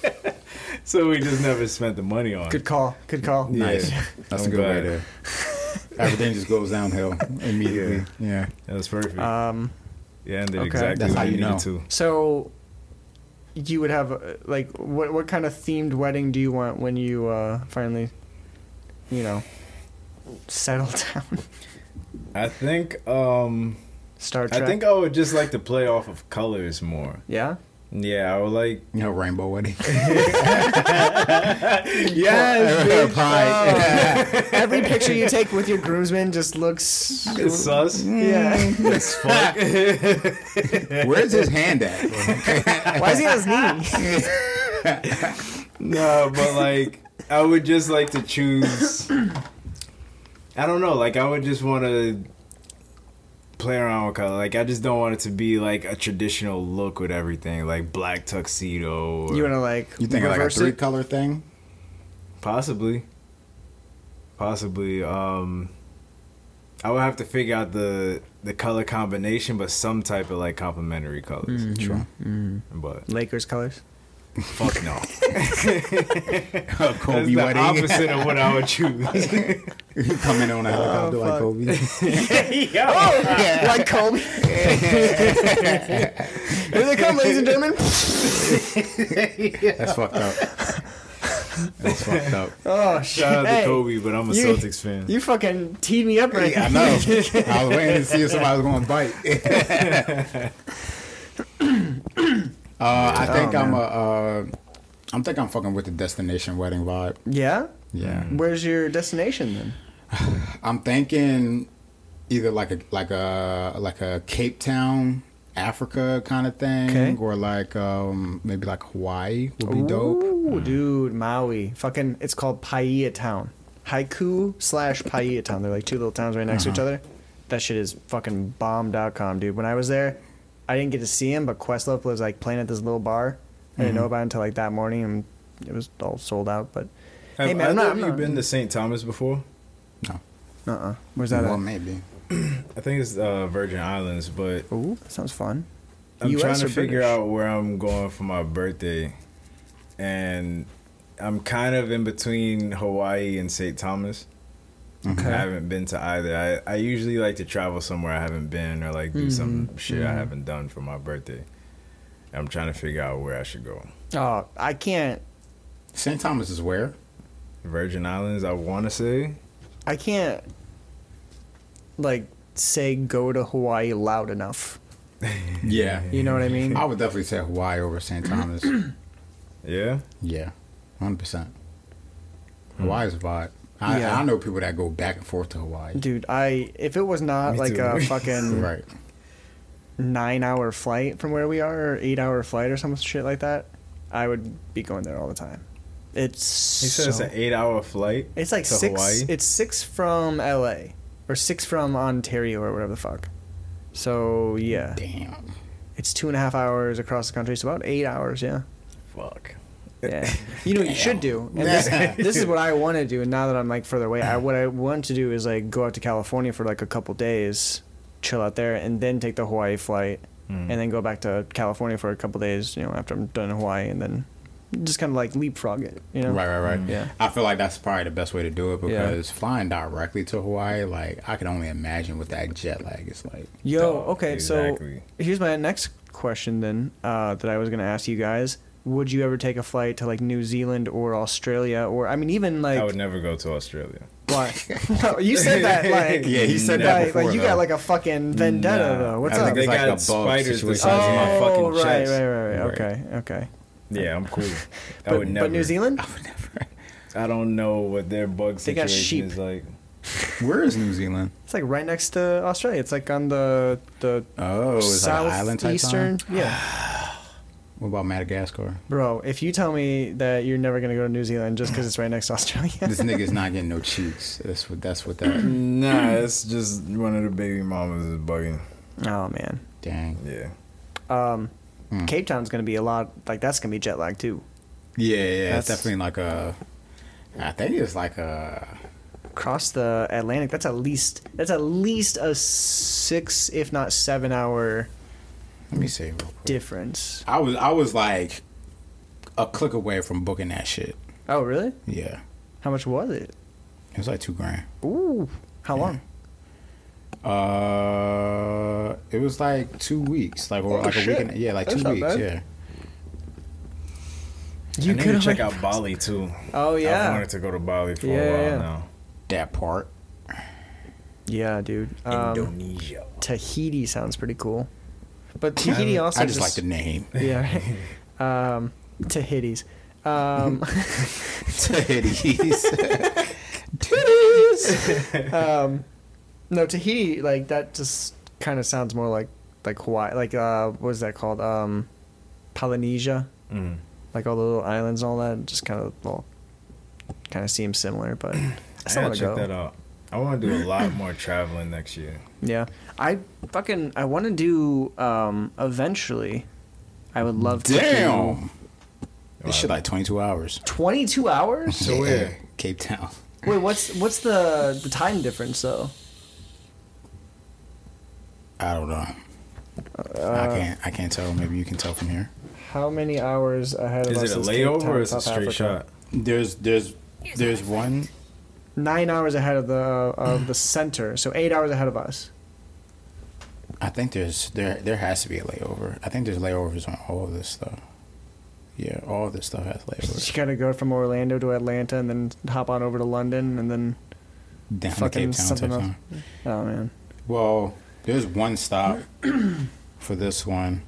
[SPEAKER 2] so we just never spent the money on
[SPEAKER 1] good call. Good call.
[SPEAKER 2] Yeah.
[SPEAKER 3] Nice. That's
[SPEAKER 2] I'm
[SPEAKER 3] a good
[SPEAKER 2] glad.
[SPEAKER 3] way to. Everything just goes downhill immediately. Yeah.
[SPEAKER 2] it that was perfect
[SPEAKER 1] Um.
[SPEAKER 2] yeah and did
[SPEAKER 1] okay.
[SPEAKER 2] exactly
[SPEAKER 3] That's
[SPEAKER 2] what
[SPEAKER 3] how
[SPEAKER 2] we
[SPEAKER 3] you
[SPEAKER 2] needed
[SPEAKER 3] know.
[SPEAKER 2] to
[SPEAKER 1] So, you would have uh, like what? What kind of themed wedding do you want when you uh, finally, you know, settle down?
[SPEAKER 2] I think um
[SPEAKER 1] Star Trek.
[SPEAKER 2] I think I would just like to play off of colors more
[SPEAKER 1] Yeah.
[SPEAKER 2] yeah I would like
[SPEAKER 3] You know, rainbow wedding.
[SPEAKER 2] yes
[SPEAKER 3] Pride.
[SPEAKER 1] Every picture you take with your groomsmen just looks.
[SPEAKER 2] bitch. it's sus
[SPEAKER 1] Yeah.
[SPEAKER 2] it's fuck
[SPEAKER 3] Where's his hand at?
[SPEAKER 1] Why is he on his knee?
[SPEAKER 2] No, but like I would just like to choose. I don't know. Like I would just want to play around with color. Like I just don't want it to be like a traditional look with everything, like black tuxedo. Or
[SPEAKER 1] You wanna like
[SPEAKER 3] You think like a
[SPEAKER 1] reverse
[SPEAKER 3] three
[SPEAKER 1] it?
[SPEAKER 3] color thing?
[SPEAKER 2] possibly, possibly. Um, I would have to figure out the the color combination, but some type of like complementary colors.
[SPEAKER 1] Mm-hmm.
[SPEAKER 3] Sure.
[SPEAKER 2] But
[SPEAKER 1] Lakers colors?
[SPEAKER 2] fuck no,
[SPEAKER 3] A
[SPEAKER 2] that's
[SPEAKER 3] Oh, Kobe
[SPEAKER 2] the
[SPEAKER 3] wedding.
[SPEAKER 2] opposite Oh, of what I would choose.
[SPEAKER 3] You come in on a helicopter like
[SPEAKER 1] fuck.
[SPEAKER 3] Kobe.
[SPEAKER 1] Like Kobe. Here they come, ladies and gentlemen.
[SPEAKER 3] That's fucked up. That's fucked up.
[SPEAKER 1] Oh shit.
[SPEAKER 2] Shout out to
[SPEAKER 1] Hey,
[SPEAKER 2] Kobe, but I'm a
[SPEAKER 1] you-
[SPEAKER 2] Celtics fan.
[SPEAKER 1] You fucking teed me up right
[SPEAKER 3] I
[SPEAKER 1] now.
[SPEAKER 3] know. I was waiting to see if somebody was going to bite. uh,
[SPEAKER 1] Oh,
[SPEAKER 3] I think I'm a. Uh, I'm think I'm fucking with the destination wedding vibe.
[SPEAKER 1] Yeah?
[SPEAKER 3] Yeah.
[SPEAKER 1] Where's your destination then?
[SPEAKER 3] I'm thinking either like a like a like a Cape Town, Africa kind of thing,
[SPEAKER 1] Okay.
[SPEAKER 3] or like um maybe like Hawaii would be dope.
[SPEAKER 2] Mm.
[SPEAKER 1] Ooh, dude, Maui. Fucking it's called Paia Town. Haiku slash Paia Town. They're like two little towns right next
[SPEAKER 2] Uh-huh.
[SPEAKER 1] to each other. That shit is fucking bomb.com, dude. When I was there, I didn't get to see him, but Questlove was like playing at this little bar. I
[SPEAKER 2] Mm-hmm.
[SPEAKER 1] didn't know about it until like that morning and it was all sold out, but
[SPEAKER 2] Have
[SPEAKER 1] Hey, man, I'm
[SPEAKER 2] either
[SPEAKER 1] not-
[SPEAKER 2] of
[SPEAKER 1] I'm
[SPEAKER 2] you
[SPEAKER 1] not-
[SPEAKER 2] been to St. Thomas before?
[SPEAKER 1] uh uh Where's that
[SPEAKER 3] well,
[SPEAKER 1] at?
[SPEAKER 3] maybe.
[SPEAKER 2] I think it's uh, Virgin Islands, but
[SPEAKER 1] Ooh, that sounds fun.
[SPEAKER 2] I'm
[SPEAKER 1] US
[SPEAKER 2] trying to
[SPEAKER 1] or
[SPEAKER 2] figure
[SPEAKER 1] British?
[SPEAKER 2] out where I'm going for my birthday, and I'm kind of in between Hawaii and St. Thomas. I haven't been to either. I, I usually like to travel somewhere I haven't been or like do
[SPEAKER 1] Mm-hmm.
[SPEAKER 2] some shit I haven't done for my birthday. I'm trying to figure out where I should go.
[SPEAKER 1] Oh, I can't.
[SPEAKER 3] St. Thomas is where?
[SPEAKER 2] Virgin Islands, I want to say.
[SPEAKER 1] I can't. Like say go to Hawaii loud enough.
[SPEAKER 3] Yeah.
[SPEAKER 1] You know what I mean?
[SPEAKER 3] I would definitely say Hawaii over St. Thomas.
[SPEAKER 2] Yeah.
[SPEAKER 3] yeah, 100%. Hawaii's a vibe. I,
[SPEAKER 1] Yeah.
[SPEAKER 3] I know people that go back and forth to Hawaii.
[SPEAKER 1] Dude, I if it was not
[SPEAKER 2] Me
[SPEAKER 1] like
[SPEAKER 2] too.
[SPEAKER 1] a fucking
[SPEAKER 3] Right.
[SPEAKER 1] nine hour flight from where we are, or eight hour flight or some shit like that, I would be going there all the time. It's
[SPEAKER 2] He said it's
[SPEAKER 1] so-
[SPEAKER 2] an eight-hour flight.
[SPEAKER 1] it's like
[SPEAKER 2] to
[SPEAKER 1] six.
[SPEAKER 2] Hawaii.
[SPEAKER 1] It's six from L.A. or six from Ontario or whatever the fuck. So yeah,
[SPEAKER 3] Damn.
[SPEAKER 1] it's two and a half hours across the country. It's about eight hours. Yeah.
[SPEAKER 2] Fuck.
[SPEAKER 1] Yeah. You know what you should do. And this, this is what I want to do. And now that I'm like further away, I, what I want to do is like go out to California for like a couple days, chill out there, and then take the Hawaii flight,
[SPEAKER 2] Mm. Mm-hmm.
[SPEAKER 1] and then go back to California for a couple days. You know, after I'm done in Hawaii, and then just kind of like leapfrog it. You know.
[SPEAKER 3] Right, right, right.
[SPEAKER 1] Yeah.
[SPEAKER 3] I feel like that's probably the best way to do it
[SPEAKER 1] Yeah.
[SPEAKER 3] because flying directly to Hawaii, like, I can only imagine what that jet lag is like.
[SPEAKER 1] Yo.
[SPEAKER 2] Oh,
[SPEAKER 1] Okay.
[SPEAKER 2] exactly.
[SPEAKER 1] So here's my next question then uh, that I was gonna ask you guys. Would you ever take a flight to like New Zealand or Australia or I mean even like
[SPEAKER 2] I would never go to Australia.
[SPEAKER 1] Why? No, you said that like
[SPEAKER 3] Yeah, he said that
[SPEAKER 1] like,
[SPEAKER 3] before,
[SPEAKER 1] like, you
[SPEAKER 3] though.
[SPEAKER 1] got like a fucking vendetta
[SPEAKER 2] Nah,
[SPEAKER 1] though. What's
[SPEAKER 3] I
[SPEAKER 1] up?
[SPEAKER 3] think
[SPEAKER 2] They
[SPEAKER 3] it's like
[SPEAKER 2] got
[SPEAKER 3] a bug
[SPEAKER 2] spiders the
[SPEAKER 3] situation.
[SPEAKER 2] size of my
[SPEAKER 1] oh,
[SPEAKER 2] fucking
[SPEAKER 1] right,
[SPEAKER 2] chest.
[SPEAKER 1] right, right, right.
[SPEAKER 3] Right.
[SPEAKER 1] Okay, okay.
[SPEAKER 2] Yeah, I'm cool. I
[SPEAKER 1] but,
[SPEAKER 2] would
[SPEAKER 1] but
[SPEAKER 2] never.
[SPEAKER 1] New Zealand?
[SPEAKER 3] I would never.
[SPEAKER 2] I don't know what their bug
[SPEAKER 1] They got
[SPEAKER 2] situation
[SPEAKER 1] sheep.
[SPEAKER 2] is like.
[SPEAKER 3] Where is New Zealand?
[SPEAKER 1] It's like right next to Australia. It's like on the the
[SPEAKER 3] Oh, is that an island type
[SPEAKER 1] southeastern.
[SPEAKER 3] Eastern?
[SPEAKER 1] Yeah,
[SPEAKER 3] What about Madagascar?
[SPEAKER 1] bro. If you tell me that you're never gonna go to New Zealand just because it's right next to Australia,
[SPEAKER 3] This nigga's not getting no cheeks. That's what. That's what that.
[SPEAKER 2] Nah, it's just one of the baby mamas is bugging.
[SPEAKER 1] oh man,
[SPEAKER 3] Dang.
[SPEAKER 2] Yeah.
[SPEAKER 1] um, Cape Town's gonna be a lot. Like that's gonna be jet lag too.
[SPEAKER 3] Yeah, yeah.
[SPEAKER 1] That's-
[SPEAKER 3] It's definitely like a. I think it's like a.
[SPEAKER 1] Across the Atlantic, that's at least that's at least a six, if not seven hour
[SPEAKER 3] Let me see. Real quick.
[SPEAKER 1] difference.
[SPEAKER 3] I was I was like a click away from booking that shit.
[SPEAKER 1] Oh really?
[SPEAKER 3] Yeah,
[SPEAKER 1] How much was it?
[SPEAKER 3] it was like two grand.
[SPEAKER 1] Ooh. How
[SPEAKER 3] Yeah.
[SPEAKER 1] long?
[SPEAKER 3] Uh, it was like two weeks, like or
[SPEAKER 1] Oh,
[SPEAKER 3] like a
[SPEAKER 1] shit.
[SPEAKER 3] week. And, yeah, like
[SPEAKER 1] That's
[SPEAKER 3] two
[SPEAKER 1] not
[SPEAKER 3] weeks.
[SPEAKER 1] bad.
[SPEAKER 3] Yeah.
[SPEAKER 2] I need to check out Bali too.
[SPEAKER 1] Oh
[SPEAKER 2] I've
[SPEAKER 1] yeah.
[SPEAKER 2] wanted to go to Bali for
[SPEAKER 1] Yeah,
[SPEAKER 2] a while
[SPEAKER 1] yeah.
[SPEAKER 2] now.
[SPEAKER 3] That part.
[SPEAKER 1] Yeah, dude. Um,
[SPEAKER 2] Indonesia.
[SPEAKER 1] Tahiti sounds pretty cool. But Tahiti
[SPEAKER 3] I,
[SPEAKER 1] also
[SPEAKER 3] I just, like the name.
[SPEAKER 1] Yeah. right. um Tahiti's. Um
[SPEAKER 3] Titties.
[SPEAKER 1] Titties. um No, Tahiti like that just kind of sounds more like like Hawaii, like uh what is that called? Um Polynesia.
[SPEAKER 2] Mm.
[SPEAKER 1] Like all the little islands and all that just kind of well kind of seems similar, but I
[SPEAKER 2] I
[SPEAKER 1] still
[SPEAKER 2] gotta
[SPEAKER 1] want to
[SPEAKER 2] check
[SPEAKER 1] go.
[SPEAKER 2] that out. I want to do a lot more traveling next year.
[SPEAKER 1] Yeah, I fucking I want to do um eventually. I would love to.
[SPEAKER 3] Damn.
[SPEAKER 2] Wow.
[SPEAKER 3] This shit like twenty two hours.
[SPEAKER 1] Twenty two hours.
[SPEAKER 2] So where?
[SPEAKER 3] Cape Town.
[SPEAKER 1] Wait, what's what's the the time difference though?
[SPEAKER 3] I don't know. I
[SPEAKER 1] Uh,
[SPEAKER 3] can't. I can't tell. Maybe you can tell from here.
[SPEAKER 1] How many hours ahead of
[SPEAKER 2] Is
[SPEAKER 1] us?
[SPEAKER 2] it a
[SPEAKER 1] Cape
[SPEAKER 2] layover
[SPEAKER 1] Town,
[SPEAKER 2] or is it a
[SPEAKER 1] South
[SPEAKER 2] straight
[SPEAKER 1] Africa?
[SPEAKER 2] shot?
[SPEAKER 3] There's there's there's one.
[SPEAKER 1] Nine hours ahead of the of the center, so eight hours ahead of us.
[SPEAKER 3] I think there's there there has to be a layover. I think there's layovers on all of this stuff. Yeah, all of this stuff has
[SPEAKER 1] You
[SPEAKER 3] layovers.
[SPEAKER 1] gotta go from Orlando to Atlanta and then hop on over to London and then
[SPEAKER 3] Down to
[SPEAKER 1] fucking
[SPEAKER 3] Cape Town,
[SPEAKER 1] something
[SPEAKER 3] Cape
[SPEAKER 1] else.
[SPEAKER 3] Town.
[SPEAKER 1] oh man,
[SPEAKER 3] Well, there's one stop for this one,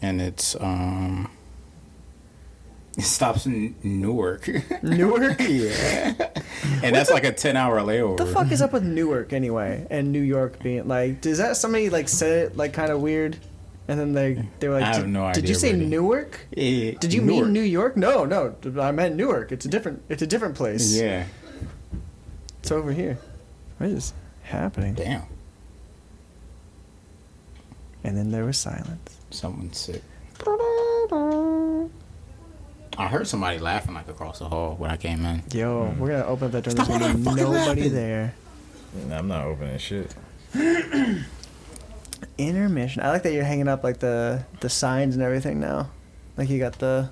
[SPEAKER 3] and it's um. It stops in Newark.
[SPEAKER 1] Newark.
[SPEAKER 3] yeah, and that's like a ten-hour layover.
[SPEAKER 1] the fuck is up with Newark anyway, and New York being like? Does that somebody like said it like kind of weird, and then they they were like,
[SPEAKER 3] I have
[SPEAKER 1] "Did-
[SPEAKER 3] no
[SPEAKER 1] Did
[SPEAKER 3] idea,
[SPEAKER 1] you say
[SPEAKER 3] really."
[SPEAKER 1] Newark?
[SPEAKER 3] Eh,
[SPEAKER 1] Did you
[SPEAKER 3] Newark.
[SPEAKER 1] mean New York? No, no, I meant Newark. It's a different. It's a different place.
[SPEAKER 3] Yeah.
[SPEAKER 1] it's over here. What is happening?
[SPEAKER 3] Damn.
[SPEAKER 1] And then there was silence.
[SPEAKER 3] Someone's sick. I heard somebody laughing like across the hall when I came in.
[SPEAKER 1] Yo, we're gonna open up that door.
[SPEAKER 3] Hmm. Stop
[SPEAKER 1] There's gonna be
[SPEAKER 3] motherfucking
[SPEAKER 1] nobody
[SPEAKER 3] laughing.
[SPEAKER 1] there.
[SPEAKER 2] Nah, I'm not opening shit.
[SPEAKER 1] Intermission. I like that you're hanging up like the the signs and everything now. Like you got the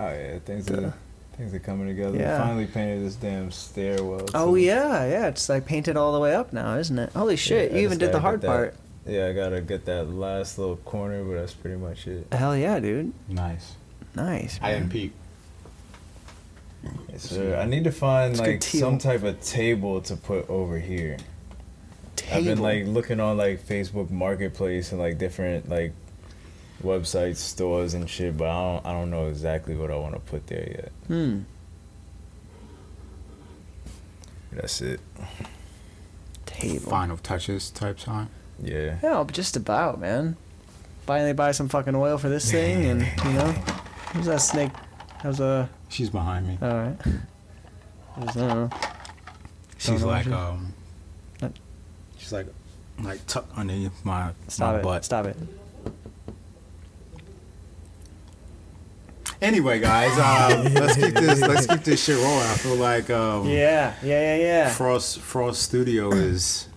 [SPEAKER 2] Oh yeah, things
[SPEAKER 1] The-
[SPEAKER 2] are things are coming together.
[SPEAKER 1] Yeah.
[SPEAKER 2] Finally painted this damn stairwell.
[SPEAKER 1] oh
[SPEAKER 2] too.
[SPEAKER 1] yeah yeah it's like painted all the way up now, isn't it? Holy shit!
[SPEAKER 2] I
[SPEAKER 1] you
[SPEAKER 2] just
[SPEAKER 1] even did the
[SPEAKER 2] gotta get
[SPEAKER 1] hard
[SPEAKER 2] that.
[SPEAKER 1] part.
[SPEAKER 2] Yeah, I gotta get that last little corner, but that's pretty much it.
[SPEAKER 1] Hell yeah, dude!
[SPEAKER 3] Nice.
[SPEAKER 1] Nice.
[SPEAKER 3] I
[SPEAKER 1] man.
[SPEAKER 3] didn't peek.
[SPEAKER 2] Yes, sir. I need to find
[SPEAKER 1] It's good
[SPEAKER 2] like
[SPEAKER 1] teal.
[SPEAKER 2] some type of table to put over here. I've been
[SPEAKER 1] Table.
[SPEAKER 2] like looking on like Facebook Marketplace and like different like websites, stores and shit, but I don't I don't know exactly what I want to put there yet.
[SPEAKER 1] Hmm.
[SPEAKER 2] That's it.
[SPEAKER 1] Table.
[SPEAKER 3] Final touches type time.
[SPEAKER 2] Yeah.
[SPEAKER 1] Yeah, just about, man. Finally buy some fucking oil for this thing, and you know, who's that snake? How's a
[SPEAKER 3] She's behind me.
[SPEAKER 1] all right? uh, I don't know.
[SPEAKER 3] She's
[SPEAKER 1] know
[SPEAKER 3] like
[SPEAKER 1] what
[SPEAKER 3] um.
[SPEAKER 1] What?
[SPEAKER 3] She's like like tucked underneath my
[SPEAKER 1] Stop
[SPEAKER 3] my
[SPEAKER 1] it!
[SPEAKER 3] butt.
[SPEAKER 1] Stop it!
[SPEAKER 3] Anyway, guys, uh, let's keep this let's keep this shit rolling. I feel like um,
[SPEAKER 1] Yeah, yeah, yeah, yeah.
[SPEAKER 3] Frost Frost Studio is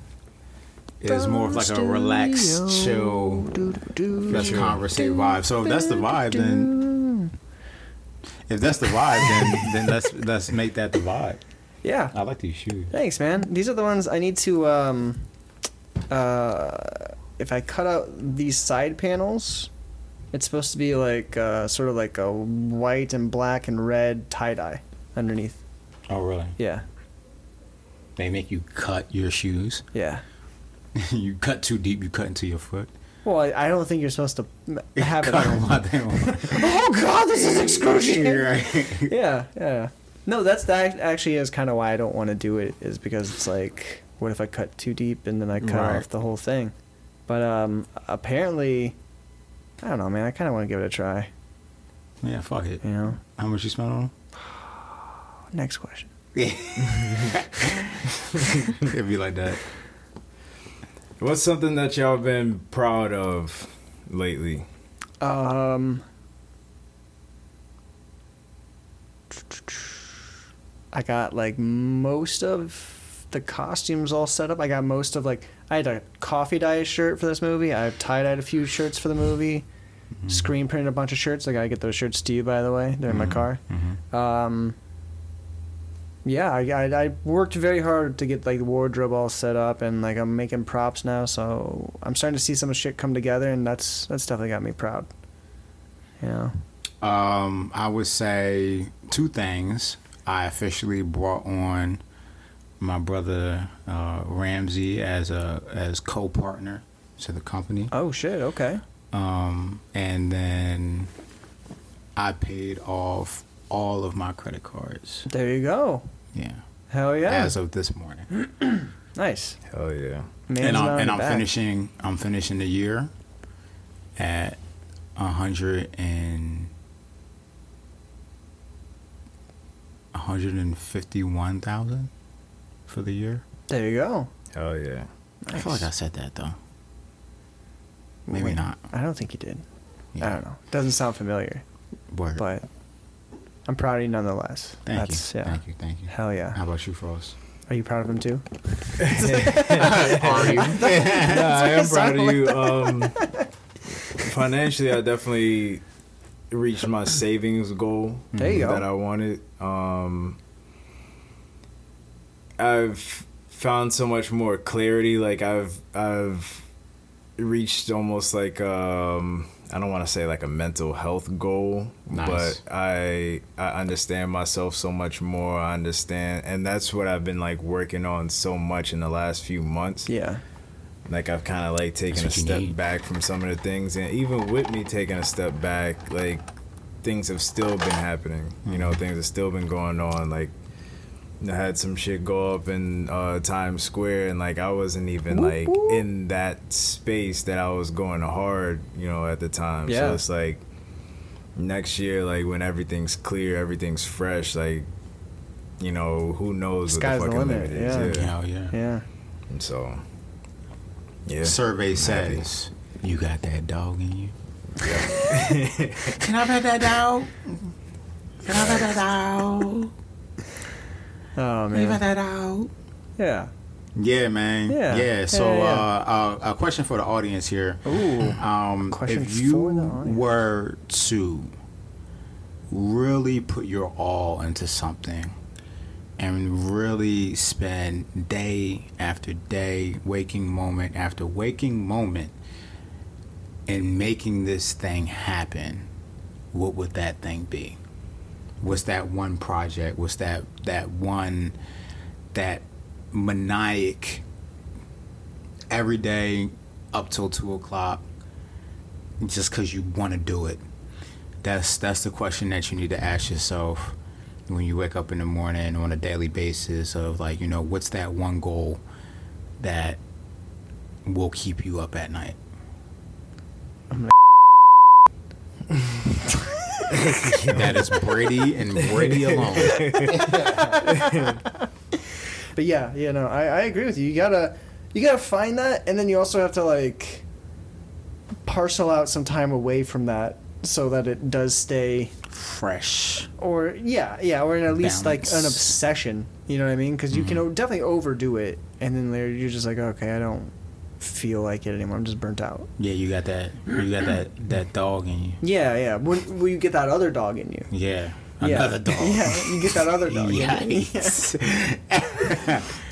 [SPEAKER 3] is more of like a relaxed, chill, let's conversate vibe. So if that's the vibe, then if that's the vibe, then then let's let's make that the vibe.
[SPEAKER 1] Yeah.
[SPEAKER 3] I like these shoes.
[SPEAKER 1] Thanks, man. These are the ones I need to. Um, uh, if I cut out these side panels, it's supposed to be like uh, sort of like a white and black and red tie dye underneath.
[SPEAKER 3] Oh really?
[SPEAKER 1] Yeah,
[SPEAKER 3] They make you cut your shoes.
[SPEAKER 1] yeah.
[SPEAKER 3] you cut too deep, you cut into your foot.
[SPEAKER 1] Well, I, I don't think you're supposed to m- have it.
[SPEAKER 3] Cut
[SPEAKER 1] on.
[SPEAKER 3] them out, they don't-
[SPEAKER 1] oh God, this is excruciating.
[SPEAKER 3] Right.
[SPEAKER 1] yeah, yeah. No, that's that actually is kind of why I don't want to do it is because it's like, what if I cut too deep and then I cut
[SPEAKER 3] Right.
[SPEAKER 1] off the whole thing? But um, apparently, I don't know, man. I kind of want to give it a try.
[SPEAKER 3] Yeah, fuck it.
[SPEAKER 1] You know.
[SPEAKER 3] How much you spend on them?
[SPEAKER 1] Next question.
[SPEAKER 3] It'd be like that.
[SPEAKER 2] What's something that y'all been proud of lately?
[SPEAKER 1] Um, I got like most of the costumes all set up. I got most of like I had a coffee dye shirt for this movie. I tie dyed a few shirts for the movie. Screen printed a bunch of shirts. I gotta get those shirts to you by the way. They're in my car.
[SPEAKER 3] Mm-hmm.
[SPEAKER 1] Um, yeah, I, I, I worked very hard to get like the wardrobe all set up, and like I'm making props now, so I'm starting to see some shit come together, and that's that's definitely got me proud. You know,
[SPEAKER 3] Um, I would say two things. I officially brought on my brother uh, Ramsey as a as co-partner to the company,
[SPEAKER 1] oh shit, okay,
[SPEAKER 3] um, and then I paid off all of my credit cards.
[SPEAKER 1] there you go,
[SPEAKER 3] Yeah,
[SPEAKER 1] hell yeah,
[SPEAKER 3] as of this morning,
[SPEAKER 1] nice.
[SPEAKER 2] Hell yeah.
[SPEAKER 1] Man's
[SPEAKER 3] and
[SPEAKER 1] not
[SPEAKER 3] I'm and
[SPEAKER 1] in
[SPEAKER 3] I'm
[SPEAKER 1] back.
[SPEAKER 3] finishing I'm finishing the year at a hundred and. One hundred and fifty-one thousand for the year.
[SPEAKER 1] There you go.
[SPEAKER 2] Hell yeah.
[SPEAKER 3] I feel like I said that though. Maybe
[SPEAKER 1] Wait,
[SPEAKER 3] not.
[SPEAKER 1] I don't think you did. I
[SPEAKER 3] Yeah.
[SPEAKER 1] don't know. Doesn't sound familiar,
[SPEAKER 3] Word.
[SPEAKER 1] but I'm proud of you nonetheless.
[SPEAKER 3] thank
[SPEAKER 1] that's
[SPEAKER 3] you.
[SPEAKER 1] yeah.
[SPEAKER 3] Thank you. Thank you.
[SPEAKER 1] Hell yeah.
[SPEAKER 3] How about you, Frost?
[SPEAKER 1] Are you proud of him too?
[SPEAKER 3] Are you?
[SPEAKER 2] Nah, I am
[SPEAKER 1] That's what
[SPEAKER 2] proud of you. Um, financially, I definitely reached my savings goal
[SPEAKER 1] There you go.
[SPEAKER 2] that I wanted. Um, I've found so much more clarity. Like I've I've reached almost like um, I don't want to say like a mental health goal,
[SPEAKER 3] Nice.
[SPEAKER 2] but I I understand myself so much more. I understand, and that's what I've been like working on so much in the last few months
[SPEAKER 1] Yeah.
[SPEAKER 2] like I've kind of like taken a
[SPEAKER 3] That's what you
[SPEAKER 2] step
[SPEAKER 3] need.
[SPEAKER 2] back from some of the things, and even with me taking a step back, like things have still been happening. You
[SPEAKER 1] Mm-hmm.
[SPEAKER 2] know, things have still been going on. Like I had some shit go up in uh, Times Square, and like I wasn't even like in that space that I was going hard. You know, at the time,
[SPEAKER 1] Yeah.
[SPEAKER 2] so it's like next year, like when everything's clear, everything's fresh, like. You know who knows
[SPEAKER 1] Sky's the
[SPEAKER 2] what the fucking
[SPEAKER 1] limit,
[SPEAKER 2] limit, is?
[SPEAKER 1] yeah.
[SPEAKER 2] Yeah.
[SPEAKER 3] Hell yeah.
[SPEAKER 1] Yeah.
[SPEAKER 2] And so, yeah.
[SPEAKER 3] Survey
[SPEAKER 2] happy.
[SPEAKER 3] says you got that dog in you. Can I pet that dog? Can I pet that dog?
[SPEAKER 1] Oh
[SPEAKER 3] Can you pet
[SPEAKER 1] man.
[SPEAKER 3] that dog?
[SPEAKER 1] Yeah.
[SPEAKER 3] Yeah, man.
[SPEAKER 1] Yeah.
[SPEAKER 3] Yeah.
[SPEAKER 1] Yeah,
[SPEAKER 3] So,
[SPEAKER 1] yeah,
[SPEAKER 3] Uh, uh, a question for the audience here.
[SPEAKER 1] Ooh.
[SPEAKER 3] Um,
[SPEAKER 1] Question
[SPEAKER 3] if you
[SPEAKER 1] for the audience.
[SPEAKER 3] were to really put your all into something and really spend day after day, waking moment after waking moment, in making this thing happen, what would that thing be? What's that one project? What's that that one that maniac every day up till two o'clock just because you want to do it that's that's the question that you need to ask yourself when you wake up in the morning on a daily basis of like you know what's that one goal that will keep you up at night that is Brady and Brady alone.
[SPEAKER 1] But yeah, yeah, no, I, I agree with you. You gotta you gotta find that, and then you also have to like parcel out some time away from that so that it does stay
[SPEAKER 3] Fresh.
[SPEAKER 1] or yeah yeah or at least like an
[SPEAKER 3] Balance. Mm-hmm.
[SPEAKER 1] obsession you know what i mean because you can o- definitely overdo it and then later you're just like okay i don't feel like it anymore i'm just burnt out
[SPEAKER 3] Yeah, you got that. You got that. That dog in you.
[SPEAKER 1] yeah yeah when, when you get that other dog in you
[SPEAKER 3] Yeah,
[SPEAKER 1] yeah.
[SPEAKER 3] another dog.
[SPEAKER 1] yeah you get that other dog in you.
[SPEAKER 3] Yikes.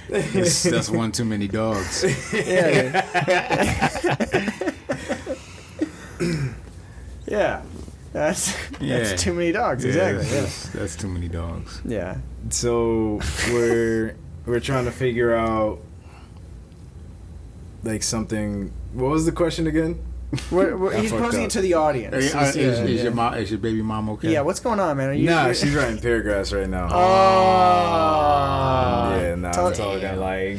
[SPEAKER 3] It's- that's one too many dogs.
[SPEAKER 1] yeah yeah yeah that's
[SPEAKER 3] Yeah.
[SPEAKER 1] that's too many dogs exactly yeah
[SPEAKER 3] That's, that's too many dogs.
[SPEAKER 1] yeah
[SPEAKER 2] So we're we're trying to figure out like something. What was the question again?
[SPEAKER 1] we're, we're,
[SPEAKER 2] That
[SPEAKER 1] he's
[SPEAKER 2] fucked
[SPEAKER 1] posing
[SPEAKER 2] up.
[SPEAKER 1] it to the audience
[SPEAKER 3] Is,
[SPEAKER 2] uh,
[SPEAKER 3] is-
[SPEAKER 1] yeah,
[SPEAKER 3] is
[SPEAKER 1] yeah.
[SPEAKER 3] your mom? Is your baby mom okay?
[SPEAKER 1] Yeah, what's going on man are you
[SPEAKER 2] Nah,
[SPEAKER 1] you're-
[SPEAKER 2] she's writing paragraphs right now.
[SPEAKER 1] Oh.
[SPEAKER 2] yeah, nah,
[SPEAKER 1] Tell-
[SPEAKER 2] I'm totally gonna like.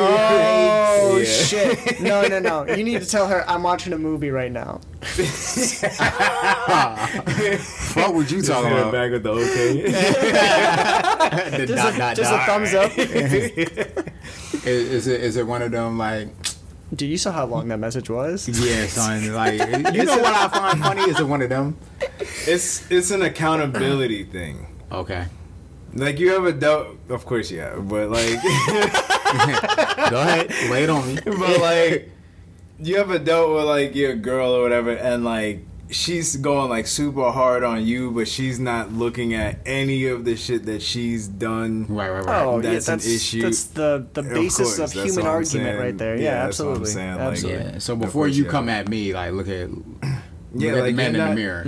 [SPEAKER 1] Oh
[SPEAKER 2] Yeah.
[SPEAKER 1] shit! No, no, no. You need to tell her I'm watching a movie right now.
[SPEAKER 3] What would you
[SPEAKER 2] Just
[SPEAKER 3] talk
[SPEAKER 2] hit it
[SPEAKER 3] about?
[SPEAKER 2] back with the okay.
[SPEAKER 3] The
[SPEAKER 1] Just
[SPEAKER 3] dot,
[SPEAKER 1] a,
[SPEAKER 3] dot,
[SPEAKER 1] just
[SPEAKER 3] dot.
[SPEAKER 1] a thumbs up.
[SPEAKER 3] Is, is it is it one of them like
[SPEAKER 1] Dude, you saw how long that message was.
[SPEAKER 3] yeah son like you know what I find funny is it one of them
[SPEAKER 2] it's it's an accountability thing.
[SPEAKER 3] okay
[SPEAKER 2] Like you have a doubt, of course you have, but like,
[SPEAKER 3] go ahead lay it on me
[SPEAKER 2] but like, you have a doubt with like your girl or whatever, and like she's going like super hard on you, but she's not looking at any of the shit that she's done.
[SPEAKER 3] right right right
[SPEAKER 1] Oh,
[SPEAKER 2] That's
[SPEAKER 1] yeah,
[SPEAKER 2] an
[SPEAKER 1] that's
[SPEAKER 2] issue.
[SPEAKER 1] That's the the
[SPEAKER 2] Of
[SPEAKER 1] basis
[SPEAKER 2] course,
[SPEAKER 1] of,
[SPEAKER 2] that's
[SPEAKER 1] human
[SPEAKER 2] what I'm
[SPEAKER 1] argument
[SPEAKER 2] saying.
[SPEAKER 1] right there. Yeah,
[SPEAKER 2] Yeah, that's what I'm
[SPEAKER 1] absolutely.
[SPEAKER 2] saying, like-
[SPEAKER 1] absolutely.
[SPEAKER 3] yeah so before
[SPEAKER 2] course,
[SPEAKER 3] you
[SPEAKER 2] yeah.
[SPEAKER 3] come at me like look at
[SPEAKER 2] Yeah,
[SPEAKER 3] look at
[SPEAKER 2] like,
[SPEAKER 3] the man in
[SPEAKER 2] you're
[SPEAKER 3] the
[SPEAKER 2] not-
[SPEAKER 3] mirror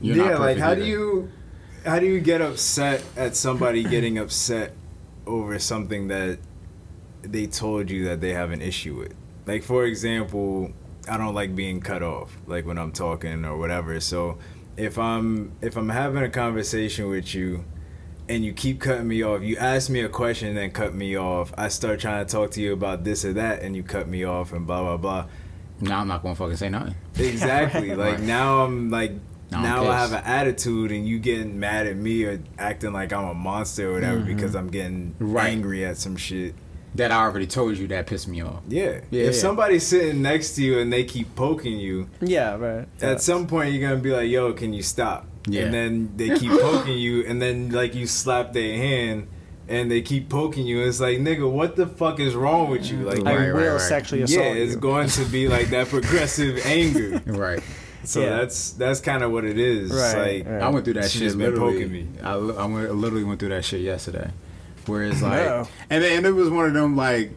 [SPEAKER 3] You're not
[SPEAKER 2] Yeah, like
[SPEAKER 3] perfect
[SPEAKER 2] how do
[SPEAKER 3] either.
[SPEAKER 2] you, how do you get upset at somebody getting upset over something that they told you that they have an issue with? Like for example, I don't like being cut off, like when I'm talking or whatever. So if I'm if I'm having a conversation with you and you keep cutting me off. You ask me a question and then cut me off. I start trying to talk to you about this or that and you cut me off and blah blah blah.
[SPEAKER 3] no I'm not gonna fucking say nothing
[SPEAKER 2] Exactly.
[SPEAKER 3] Right.
[SPEAKER 2] Like now I'm like
[SPEAKER 3] Now I'm
[SPEAKER 2] now, I have
[SPEAKER 3] pissed.
[SPEAKER 2] an attitude and you getting mad at me or acting like I'm a monster or whatever because I'm getting
[SPEAKER 3] Mm-hmm. Right.
[SPEAKER 2] angry at some shit.
[SPEAKER 3] that I already told you that pissed me off
[SPEAKER 2] Yeah.
[SPEAKER 3] Yeah,
[SPEAKER 2] if
[SPEAKER 3] yeah.
[SPEAKER 2] somebody's sitting next to you and they keep poking you,
[SPEAKER 1] Yeah, right.
[SPEAKER 2] at some point you're gonna be like, "Yo, can you stop?"
[SPEAKER 3] Yeah.
[SPEAKER 2] And then they keep poking you and then like you slap their hand and they keep poking you. It's like, "Nigga, what the fuck is wrong with you?" Like
[SPEAKER 1] I
[SPEAKER 3] Right, right,
[SPEAKER 1] will
[SPEAKER 3] right.
[SPEAKER 1] sexually
[SPEAKER 2] yeah,
[SPEAKER 1] assault
[SPEAKER 2] it's
[SPEAKER 1] you.
[SPEAKER 2] going to be like that progressive anger.
[SPEAKER 3] right
[SPEAKER 2] So
[SPEAKER 1] Yeah.
[SPEAKER 2] that's that's kind of what it is. It's
[SPEAKER 1] Right,
[SPEAKER 2] like
[SPEAKER 1] right.
[SPEAKER 3] I went through that
[SPEAKER 2] She
[SPEAKER 3] shit
[SPEAKER 2] just been
[SPEAKER 3] literally.
[SPEAKER 2] poking me.
[SPEAKER 3] I, li- I went, I literally went through that shit yesterday. Whereas like,
[SPEAKER 1] Uh-oh.
[SPEAKER 3] and then and it was one of them like,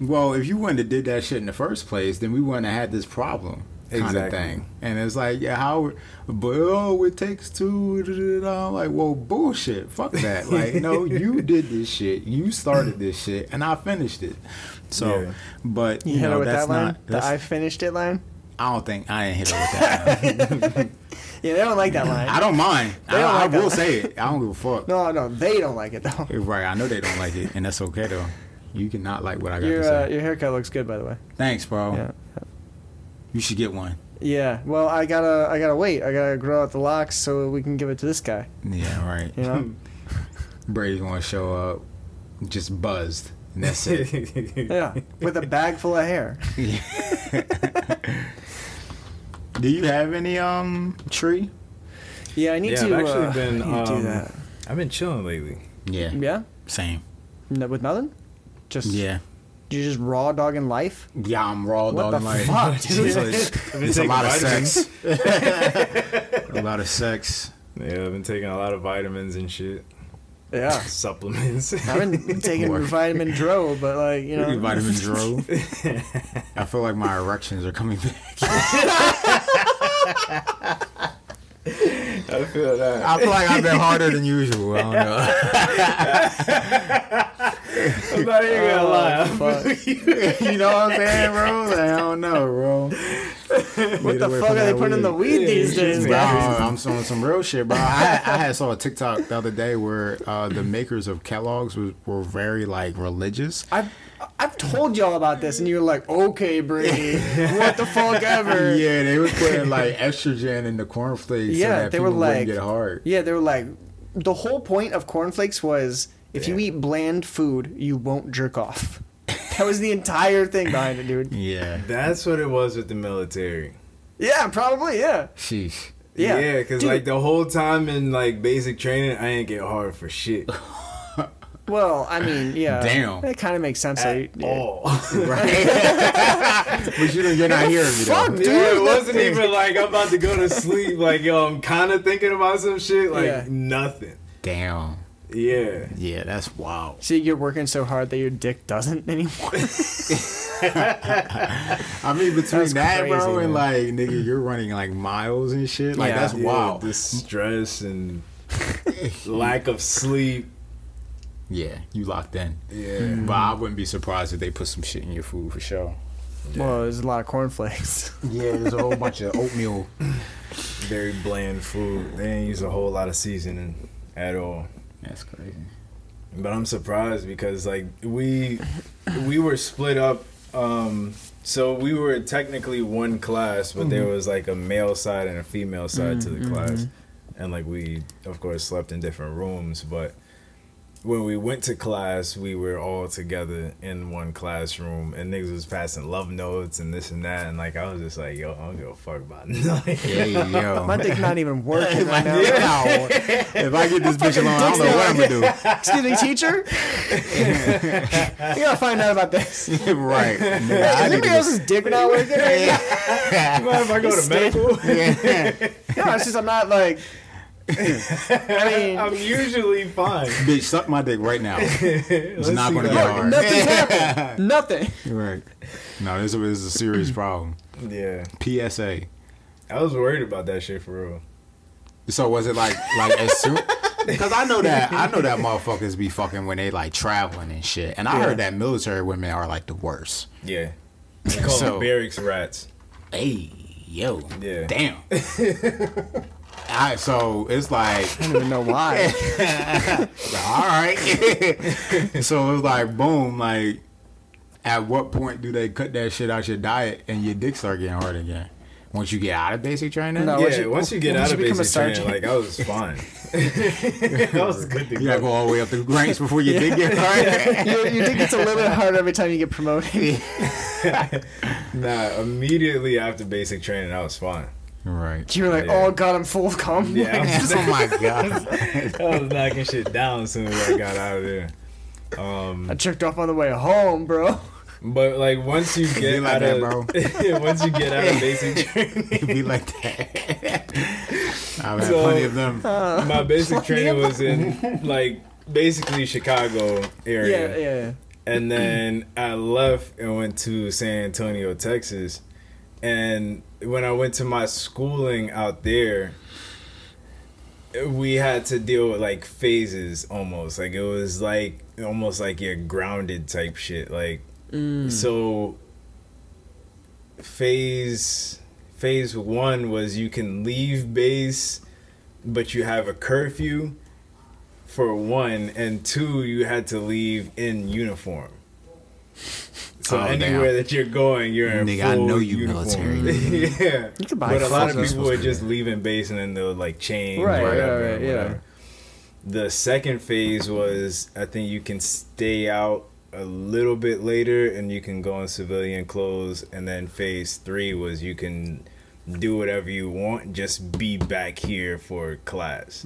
[SPEAKER 3] well, if you wouldn't have did that shit in the first place, then we wouldn't have had this problem. Kind of
[SPEAKER 2] Exactly.
[SPEAKER 3] thing, and it's like, yeah, how, but oh, it takes two. da, da, da, da. I'm like, well, bullshit, fuck that. Like, no, you did this shit, you started this shit, and I finished it. So,
[SPEAKER 2] Yeah.
[SPEAKER 3] but you,
[SPEAKER 1] You hit
[SPEAKER 3] know,
[SPEAKER 1] her with
[SPEAKER 3] that's
[SPEAKER 1] that line.
[SPEAKER 3] not.
[SPEAKER 1] the
[SPEAKER 3] That's,
[SPEAKER 1] I finished it line.
[SPEAKER 3] I don't think I ain't hit her with that. line.
[SPEAKER 1] Yeah, they don't like that line.
[SPEAKER 3] I don't mind. I,
[SPEAKER 1] They don't
[SPEAKER 3] I
[SPEAKER 1] like that
[SPEAKER 3] will
[SPEAKER 1] line.
[SPEAKER 3] say it. I don't give a fuck.
[SPEAKER 1] no, no, they don't like it though.
[SPEAKER 3] Right, I know they don't like it, and that's okay though. You cannot like what I got
[SPEAKER 1] Your
[SPEAKER 3] to
[SPEAKER 1] uh,
[SPEAKER 3] say.
[SPEAKER 1] your haircut looks good, by the way.
[SPEAKER 3] Thanks, bro.
[SPEAKER 1] Yeah.
[SPEAKER 3] You should get one.
[SPEAKER 1] Yeah. Well, I gotta I gotta wait. I gotta grow out the locks so we can give it to this guy.
[SPEAKER 3] Yeah, right.
[SPEAKER 1] You know.
[SPEAKER 3] Brady's gonna show up, just buzzed. And that's it.
[SPEAKER 1] yeah.
[SPEAKER 2] yeah.
[SPEAKER 1] With a bag full of hair.
[SPEAKER 3] Do you have any um tree?
[SPEAKER 1] Yeah, I need
[SPEAKER 2] Yeah,
[SPEAKER 1] to.
[SPEAKER 2] I've actually
[SPEAKER 1] uh,
[SPEAKER 2] been,
[SPEAKER 1] I need to do
[SPEAKER 2] um,
[SPEAKER 1] that.
[SPEAKER 2] I've been chilling lately.
[SPEAKER 3] Yeah.
[SPEAKER 1] Yeah,
[SPEAKER 3] Same.
[SPEAKER 1] no, with nothing. Just
[SPEAKER 3] Yeah.
[SPEAKER 1] You're just raw dogging life.
[SPEAKER 3] Yeah, I'm raw
[SPEAKER 1] What
[SPEAKER 3] dog
[SPEAKER 1] the
[SPEAKER 3] like
[SPEAKER 1] fuck? dude?
[SPEAKER 2] It's like-
[SPEAKER 3] It's a lot of sex. a lot of sex.
[SPEAKER 2] yeah, I've been taking a lot of vitamins and shit,
[SPEAKER 1] yeah.
[SPEAKER 2] supplements.
[SPEAKER 1] I've been taking
[SPEAKER 3] Boy.
[SPEAKER 1] vitamin Dro, but like you know,
[SPEAKER 3] Vitamin Dro. I feel like my erections are coming back.
[SPEAKER 2] I feel that.
[SPEAKER 3] I feel like I've been harder than usual. I don't know.
[SPEAKER 2] I'm not even gonna lie.
[SPEAKER 1] fuck.
[SPEAKER 3] you know what I'm saying, bro? Like, I don't know, bro.
[SPEAKER 1] what the fuck are they putting in the weed these days,
[SPEAKER 3] Bro,
[SPEAKER 1] guys?
[SPEAKER 3] I'm showing some real shit, bro. I, I had saw a TikTok the other day where uh, the makers of catalogs was, were very like religious.
[SPEAKER 1] I've I've told y'all about this, and you were like, "Okay, Brady, what the fuck ever." yeah.
[SPEAKER 3] Yeah, they were putting like estrogen in the cornflakes.
[SPEAKER 1] Yeah,
[SPEAKER 3] so that
[SPEAKER 1] they were
[SPEAKER 3] people wouldn't
[SPEAKER 1] like-
[SPEAKER 3] get hard.
[SPEAKER 1] they were like, the whole point of cornflakes was if you eat bland food, you won't jerk off. That was the entire thing behind it, dude.
[SPEAKER 3] Yeah,
[SPEAKER 2] That's what it was with the military.
[SPEAKER 1] Yeah, probably. Yeah,
[SPEAKER 3] sheesh.
[SPEAKER 1] yeah.
[SPEAKER 2] Yeah, because
[SPEAKER 1] Dude,
[SPEAKER 2] like the whole time in like basic training, I ain't get hard for shit
[SPEAKER 1] well, I mean, yeah.
[SPEAKER 3] Damn.
[SPEAKER 1] That kind of makes sense.
[SPEAKER 2] at
[SPEAKER 1] like, yeah.
[SPEAKER 2] all.
[SPEAKER 3] Right. but you don't, you're not hearing me
[SPEAKER 1] Fuck,
[SPEAKER 3] though.
[SPEAKER 1] dude.
[SPEAKER 2] Yeah, it
[SPEAKER 1] that
[SPEAKER 2] wasn't
[SPEAKER 1] thing-
[SPEAKER 2] even like I'm about to go to sleep. Like yo, I'm kind of thinking about some shit. Like
[SPEAKER 1] Yeah.
[SPEAKER 2] nothing.
[SPEAKER 3] Damn.
[SPEAKER 2] Yeah.
[SPEAKER 3] Yeah, that's wild.
[SPEAKER 1] See, you're working so hard that your dick doesn't anymore.
[SPEAKER 3] I mean, between
[SPEAKER 1] That's
[SPEAKER 3] that, bro,
[SPEAKER 1] crazy,
[SPEAKER 3] and like, nigga, you're running like miles and shit. Like,
[SPEAKER 1] Yeah.
[SPEAKER 3] that's
[SPEAKER 2] Yeah,
[SPEAKER 3] wild.
[SPEAKER 2] The stress and lack of sleep.
[SPEAKER 3] Yeah, you locked in.
[SPEAKER 2] Yeah.
[SPEAKER 3] But I wouldn't be surprised if they put some shit in your food for sure.
[SPEAKER 1] Well, there's a lot of cornflakes.
[SPEAKER 3] Yeah, there's a whole bunch of oatmeal.
[SPEAKER 2] Very bland food. They ain't use a whole lot of seasoning at all.
[SPEAKER 3] That's crazy.
[SPEAKER 2] But I'm surprised because like we we were split up. Um, so we were technically one class, but there was like a male side and a female side to the class, and like we of course slept in different rooms. But when we went to class, we were all together in one classroom, and niggas was passing love notes and this and that, and like I was just like, yo, I don't give a fuck about nothing.
[SPEAKER 3] Yeah, yo.
[SPEAKER 1] My dick's not even working right now.
[SPEAKER 3] Yeah. if I get this bitch alone, I don't know what I'm gonna do.
[SPEAKER 1] Excuse me, teacher. you gotta find out about this. Is
[SPEAKER 3] right. Nigga, I need
[SPEAKER 1] anybody
[SPEAKER 3] to
[SPEAKER 1] else's dick not working? Right now?
[SPEAKER 2] You mind if I go to
[SPEAKER 1] Stand-
[SPEAKER 2] medical?
[SPEAKER 3] just-
[SPEAKER 1] No, it's just I'm not like. I mean,
[SPEAKER 2] I'm usually fine.
[SPEAKER 3] bitch, suck my dick right now. It's
[SPEAKER 2] Let's
[SPEAKER 3] not
[SPEAKER 2] see
[SPEAKER 3] gonna
[SPEAKER 2] that.
[SPEAKER 3] get hard.
[SPEAKER 1] nothing's happened. Nothing.
[SPEAKER 3] Right. No, this is this is a serious problem.
[SPEAKER 2] Yeah,
[SPEAKER 3] PSA.
[SPEAKER 2] I was worried about that shit for real.
[SPEAKER 3] So was it like like as soon? Because I know that I know that motherfuckers be fucking when they like traveling and shit. And I
[SPEAKER 1] Yeah.
[SPEAKER 3] heard that military women are like the worst.
[SPEAKER 2] Yeah. They call
[SPEAKER 3] So-
[SPEAKER 2] them barracks rats.
[SPEAKER 3] Hey, yo,
[SPEAKER 2] Yeah.
[SPEAKER 3] damn. I, so it's like
[SPEAKER 1] I don't even know why.
[SPEAKER 3] all right. so it was like boom, like at what point do they cut that shit out your diet and your dick start getting hard again? Once you get out of basic training?
[SPEAKER 1] No.
[SPEAKER 2] Yeah,
[SPEAKER 1] Once
[SPEAKER 2] once
[SPEAKER 1] you-
[SPEAKER 2] you, get
[SPEAKER 1] once
[SPEAKER 2] out
[SPEAKER 1] you become
[SPEAKER 2] of
[SPEAKER 1] a
[SPEAKER 2] basic training,
[SPEAKER 1] sergeant.
[SPEAKER 2] like I was fine. I was good to
[SPEAKER 3] You gotta
[SPEAKER 2] go.
[SPEAKER 3] go all the way up the ranks before your dick get hard.
[SPEAKER 1] Your, your dick gets a little bit harder every time you get promoted.
[SPEAKER 2] Nah, immediately after basic training, I was fine.
[SPEAKER 3] right.
[SPEAKER 1] You're like,
[SPEAKER 2] Yeah.
[SPEAKER 1] oh god, I'm full of cum.
[SPEAKER 2] Yeah, I was,
[SPEAKER 3] oh my god.
[SPEAKER 2] I was knocking shit down as soon as I got out of there. Um,
[SPEAKER 1] I jerked off on the way home, bro.
[SPEAKER 2] but like once you
[SPEAKER 3] Be
[SPEAKER 2] get
[SPEAKER 3] like
[SPEAKER 2] out
[SPEAKER 3] that,
[SPEAKER 2] of once you get out of basic training,
[SPEAKER 3] It be like that. I've had
[SPEAKER 2] So-
[SPEAKER 3] plenty of them.
[SPEAKER 1] uh,
[SPEAKER 2] my basic training
[SPEAKER 1] of-
[SPEAKER 2] was in like basically Chicago area.
[SPEAKER 1] Yeah, yeah.
[SPEAKER 2] and then I left and went to San Antonio, Texas. And when I went to my schooling out there, we had to deal with like phases almost. Like it was like almost like you're grounded type shit. Like so phase phase one was you can leave base but you have a curfew for one and two you had to leave in uniform so
[SPEAKER 3] Oh,
[SPEAKER 2] anywhere
[SPEAKER 3] damn.
[SPEAKER 2] that you're going you're in
[SPEAKER 3] Nigga,
[SPEAKER 2] full
[SPEAKER 3] I know you
[SPEAKER 2] uniform.
[SPEAKER 3] military.
[SPEAKER 2] yeah
[SPEAKER 1] You could buy
[SPEAKER 2] but a lot
[SPEAKER 1] clothes.
[SPEAKER 2] of people would just leave in base and then they'll like change
[SPEAKER 1] Right,
[SPEAKER 2] or
[SPEAKER 1] right,
[SPEAKER 2] whatever,
[SPEAKER 1] right, yeah.
[SPEAKER 2] whatever. the second phase was i think you can stay out a little bit later and you can go in civilian clothes and then phase three was you can do whatever you want just be
[SPEAKER 1] Mm-hmm.
[SPEAKER 2] back here for class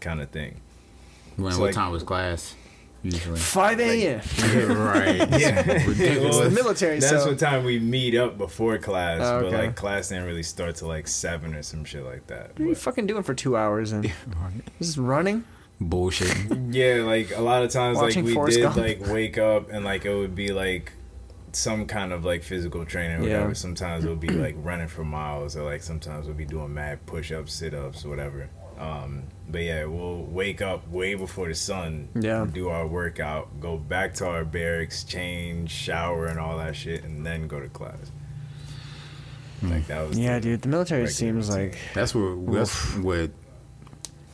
[SPEAKER 2] kind of thing
[SPEAKER 3] When,
[SPEAKER 2] So,
[SPEAKER 3] what
[SPEAKER 2] like-
[SPEAKER 3] time was class?
[SPEAKER 4] usually.
[SPEAKER 1] 5 a.m.
[SPEAKER 4] right. Yeah. Ridiculous.
[SPEAKER 1] It's the
[SPEAKER 2] it's-
[SPEAKER 1] military,
[SPEAKER 2] That's
[SPEAKER 1] so-
[SPEAKER 2] what time we meet up before class,
[SPEAKER 1] Oh,
[SPEAKER 2] but
[SPEAKER 1] okay.
[SPEAKER 2] like class didn't really start till like seven or some shit like that.
[SPEAKER 1] What are you
[SPEAKER 2] But-
[SPEAKER 1] fucking doing for two hours and just running?
[SPEAKER 4] Bullshit.
[SPEAKER 2] Yeah, like a lot of times,
[SPEAKER 1] Watching
[SPEAKER 2] like we
[SPEAKER 1] Forrest
[SPEAKER 2] did,
[SPEAKER 1] Gump.
[SPEAKER 2] like wake up and like it would be like some kind of like physical training, or
[SPEAKER 1] Yeah.
[SPEAKER 2] whatever. Sometimes we'll be like running for miles, or like sometimes we'll be doing mad push-ups, sit-ups, whatever. Um, but yeah, we'll wake up way before the sun,
[SPEAKER 1] Yeah.
[SPEAKER 2] do our workout, go back to our barracks, change, shower, and all that shit, and then go to class. Like that was
[SPEAKER 1] Yeah,
[SPEAKER 2] the-
[SPEAKER 1] dude. The military
[SPEAKER 2] Regular
[SPEAKER 1] seems
[SPEAKER 2] routine.
[SPEAKER 1] like
[SPEAKER 3] That's what that's what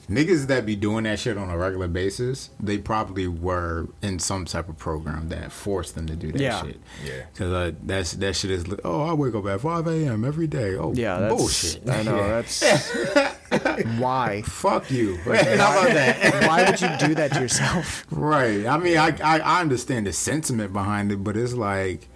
[SPEAKER 3] niggas that be doing that shit on a regular basis. They probably were in some type of program that forced them to do that
[SPEAKER 1] Yeah.
[SPEAKER 3] shit.
[SPEAKER 2] Yeah.
[SPEAKER 3] Cause uh, that's that shit is. li- Oh, I wake up at five a.m. every day. Oh,
[SPEAKER 1] yeah, that's
[SPEAKER 3] bullshit.
[SPEAKER 1] I know that's why.
[SPEAKER 3] Fuck you. Like, how about that?
[SPEAKER 1] Why would you do that to yourself?
[SPEAKER 3] Right. I mean, I, I I understand the sentiment behind it, but it's like.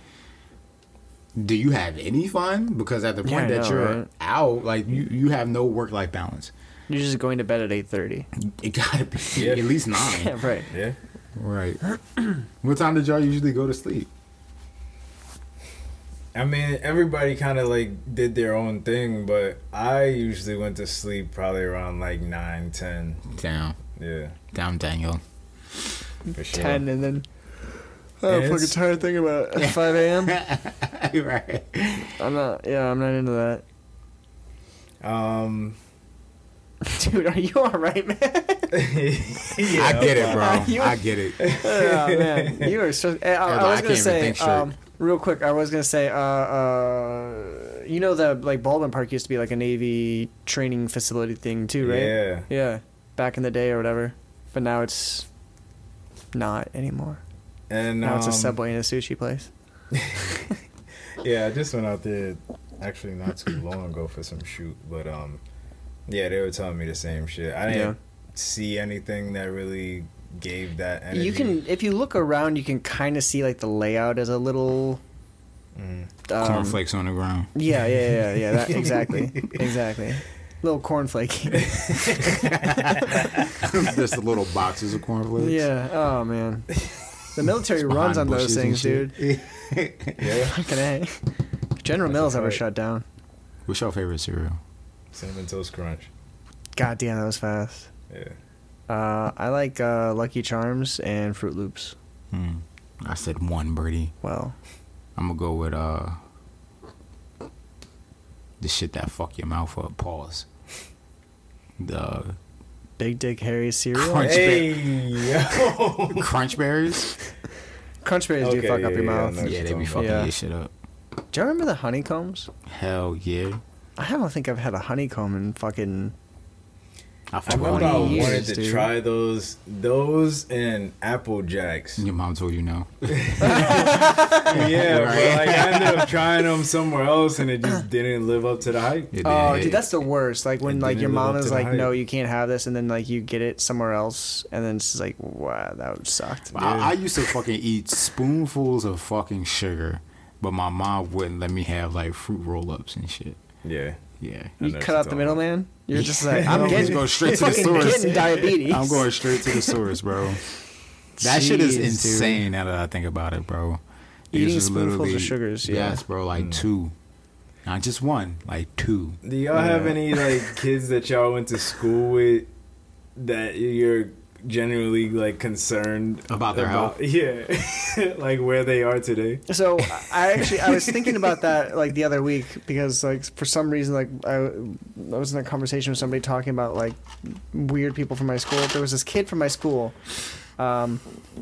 [SPEAKER 3] Do you have any fun? Because at the
[SPEAKER 1] Yeah,
[SPEAKER 3] point
[SPEAKER 1] I
[SPEAKER 3] that
[SPEAKER 1] know,
[SPEAKER 3] you're
[SPEAKER 1] right?
[SPEAKER 3] out, like you, you have no work life balance.
[SPEAKER 1] You're just going to bed at 8:30.
[SPEAKER 3] It gotta be
[SPEAKER 2] Yeah.
[SPEAKER 3] at least nine.
[SPEAKER 1] Yeah, right.
[SPEAKER 2] yeah.
[SPEAKER 3] Right. what time did y'all usually go to sleep?
[SPEAKER 2] I mean, everybody kind of like did their own thing, but I usually went to sleep probably around like 9, 10.
[SPEAKER 3] Down.
[SPEAKER 2] Yeah,
[SPEAKER 3] Down, Daniel.
[SPEAKER 2] for sure.
[SPEAKER 1] 10 and then
[SPEAKER 2] Yeah,
[SPEAKER 1] I'm fucking
[SPEAKER 2] it's-
[SPEAKER 1] tired thinking about it. At 5 a.m.
[SPEAKER 3] right.
[SPEAKER 1] I'm not. Yeah, I'm not into that.
[SPEAKER 2] Um,
[SPEAKER 1] Dude, are you all right, man?
[SPEAKER 3] I get it,
[SPEAKER 1] Uh,
[SPEAKER 2] but-
[SPEAKER 3] bro.
[SPEAKER 1] you-
[SPEAKER 3] I get it.
[SPEAKER 1] oh, man, you are so. eh, I, I
[SPEAKER 3] Yeah, but I
[SPEAKER 1] was
[SPEAKER 3] can't
[SPEAKER 1] gonna
[SPEAKER 3] even
[SPEAKER 1] say
[SPEAKER 3] think straight.
[SPEAKER 1] um, real quick. I was gonna say, uh, uh, you know, the like Baldwin Park used to be like a Navy training facility thing too, right?
[SPEAKER 2] Yeah.
[SPEAKER 1] Yeah, back in the day or whatever, but now it's not anymore.
[SPEAKER 2] And
[SPEAKER 1] Now it's a
[SPEAKER 2] um,
[SPEAKER 1] subway and a sushi place.
[SPEAKER 2] Yeah, I just went out there actually not too long ago for some shoot, but um, yeah, they were telling me the same shit. I didn't see anything that really gave that energy.
[SPEAKER 1] You can, if you look around, you can kind of see like the layout as a little.
[SPEAKER 2] Mm.
[SPEAKER 1] Um,
[SPEAKER 3] Cornflakes on the ground.
[SPEAKER 1] yeah, yeah, yeah, yeah. That, exactly, exactly. Little cornflake.
[SPEAKER 3] Just the little boxes of cornflakes.
[SPEAKER 1] Yeah. Oh man. The military runs
[SPEAKER 3] behind
[SPEAKER 1] on those
[SPEAKER 3] bushes and
[SPEAKER 1] things, dude.
[SPEAKER 3] shit.
[SPEAKER 2] Yeah,
[SPEAKER 1] Fucking A. General Mills ever
[SPEAKER 2] fight.
[SPEAKER 1] shut down.
[SPEAKER 3] What's your favorite cereal?
[SPEAKER 2] cinnamon toast crunch.
[SPEAKER 1] God damn, that was fast.
[SPEAKER 2] Yeah.
[SPEAKER 1] Uh, I like uh, Lucky Charms and Fruit Loops.
[SPEAKER 3] Hmm. I said one, Birdie.
[SPEAKER 1] Well,
[SPEAKER 3] I'm gonna go with uh the shit that fuck your mouth up. Pause. The
[SPEAKER 1] Big Dick Harry's cereal.
[SPEAKER 3] Crunch-
[SPEAKER 2] Hey, yo.
[SPEAKER 3] crunch berries.
[SPEAKER 1] Crunch berries do
[SPEAKER 2] Okay,
[SPEAKER 1] fuck up
[SPEAKER 2] yeah,
[SPEAKER 1] your
[SPEAKER 2] yeah,
[SPEAKER 1] mouth.
[SPEAKER 2] I know.
[SPEAKER 3] yeah, they be fucking
[SPEAKER 1] Yeah.
[SPEAKER 3] your shit up.
[SPEAKER 1] Do you remember the honeycombs?
[SPEAKER 3] Hell yeah.
[SPEAKER 1] I don't think I've had a honeycomb in fucking.
[SPEAKER 3] I
[SPEAKER 2] I
[SPEAKER 3] fuck with
[SPEAKER 2] remember I
[SPEAKER 1] Twenty
[SPEAKER 3] honey.
[SPEAKER 2] wanted
[SPEAKER 1] years,
[SPEAKER 2] to
[SPEAKER 1] dude.
[SPEAKER 2] try those, those and Apple Jacks.
[SPEAKER 3] Your mom told you no.
[SPEAKER 2] Yeah,
[SPEAKER 3] Right.
[SPEAKER 2] but like I ended up trying them somewhere else, and it just didn't live up to the hype.
[SPEAKER 3] It
[SPEAKER 1] Oh,
[SPEAKER 3] did.
[SPEAKER 1] dude, that's the worst. Like when
[SPEAKER 2] It
[SPEAKER 1] like
[SPEAKER 2] didn't
[SPEAKER 1] your
[SPEAKER 2] live
[SPEAKER 1] mom
[SPEAKER 2] up to
[SPEAKER 1] is
[SPEAKER 2] the
[SPEAKER 1] like,
[SPEAKER 2] hype.
[SPEAKER 1] no, you can't have this, and then like you get it somewhere else, and then it's just like, wow, that sucked.
[SPEAKER 3] I, I used to fucking eat spoonfuls of fucking sugar, but my mom wouldn't let me have like fruit roll ups and shit.
[SPEAKER 2] Yeah,
[SPEAKER 3] Yeah.
[SPEAKER 2] I
[SPEAKER 1] You
[SPEAKER 2] know
[SPEAKER 1] cut out
[SPEAKER 2] what
[SPEAKER 1] the
[SPEAKER 2] you're talking
[SPEAKER 1] middleman. You're just like,
[SPEAKER 3] I'm
[SPEAKER 1] I'm
[SPEAKER 3] always
[SPEAKER 1] getting,
[SPEAKER 3] going straight to the
[SPEAKER 1] fucking
[SPEAKER 3] source.
[SPEAKER 1] getting diabetes.
[SPEAKER 3] I'm going straight to the source, bro. That shit is
[SPEAKER 1] Jeez, dude.
[SPEAKER 3] insane now that I think about it, bro. It
[SPEAKER 1] Eating
[SPEAKER 3] was
[SPEAKER 1] spoonfuls of
[SPEAKER 3] literally-
[SPEAKER 1] sugars, yeah.
[SPEAKER 3] Yes, bro,
[SPEAKER 1] Mm.
[SPEAKER 3] like two. Not just one, like two.
[SPEAKER 2] Do y'all have any like kids that y'all went to school with that you're generally like concerned
[SPEAKER 3] About their
[SPEAKER 2] Yeah, like where they are today.
[SPEAKER 1] So I actually I was thinking about that like the other week because like for some reason like I, I was in a conversation with somebody talking about like weird people from my school. There was this kid from my school, um,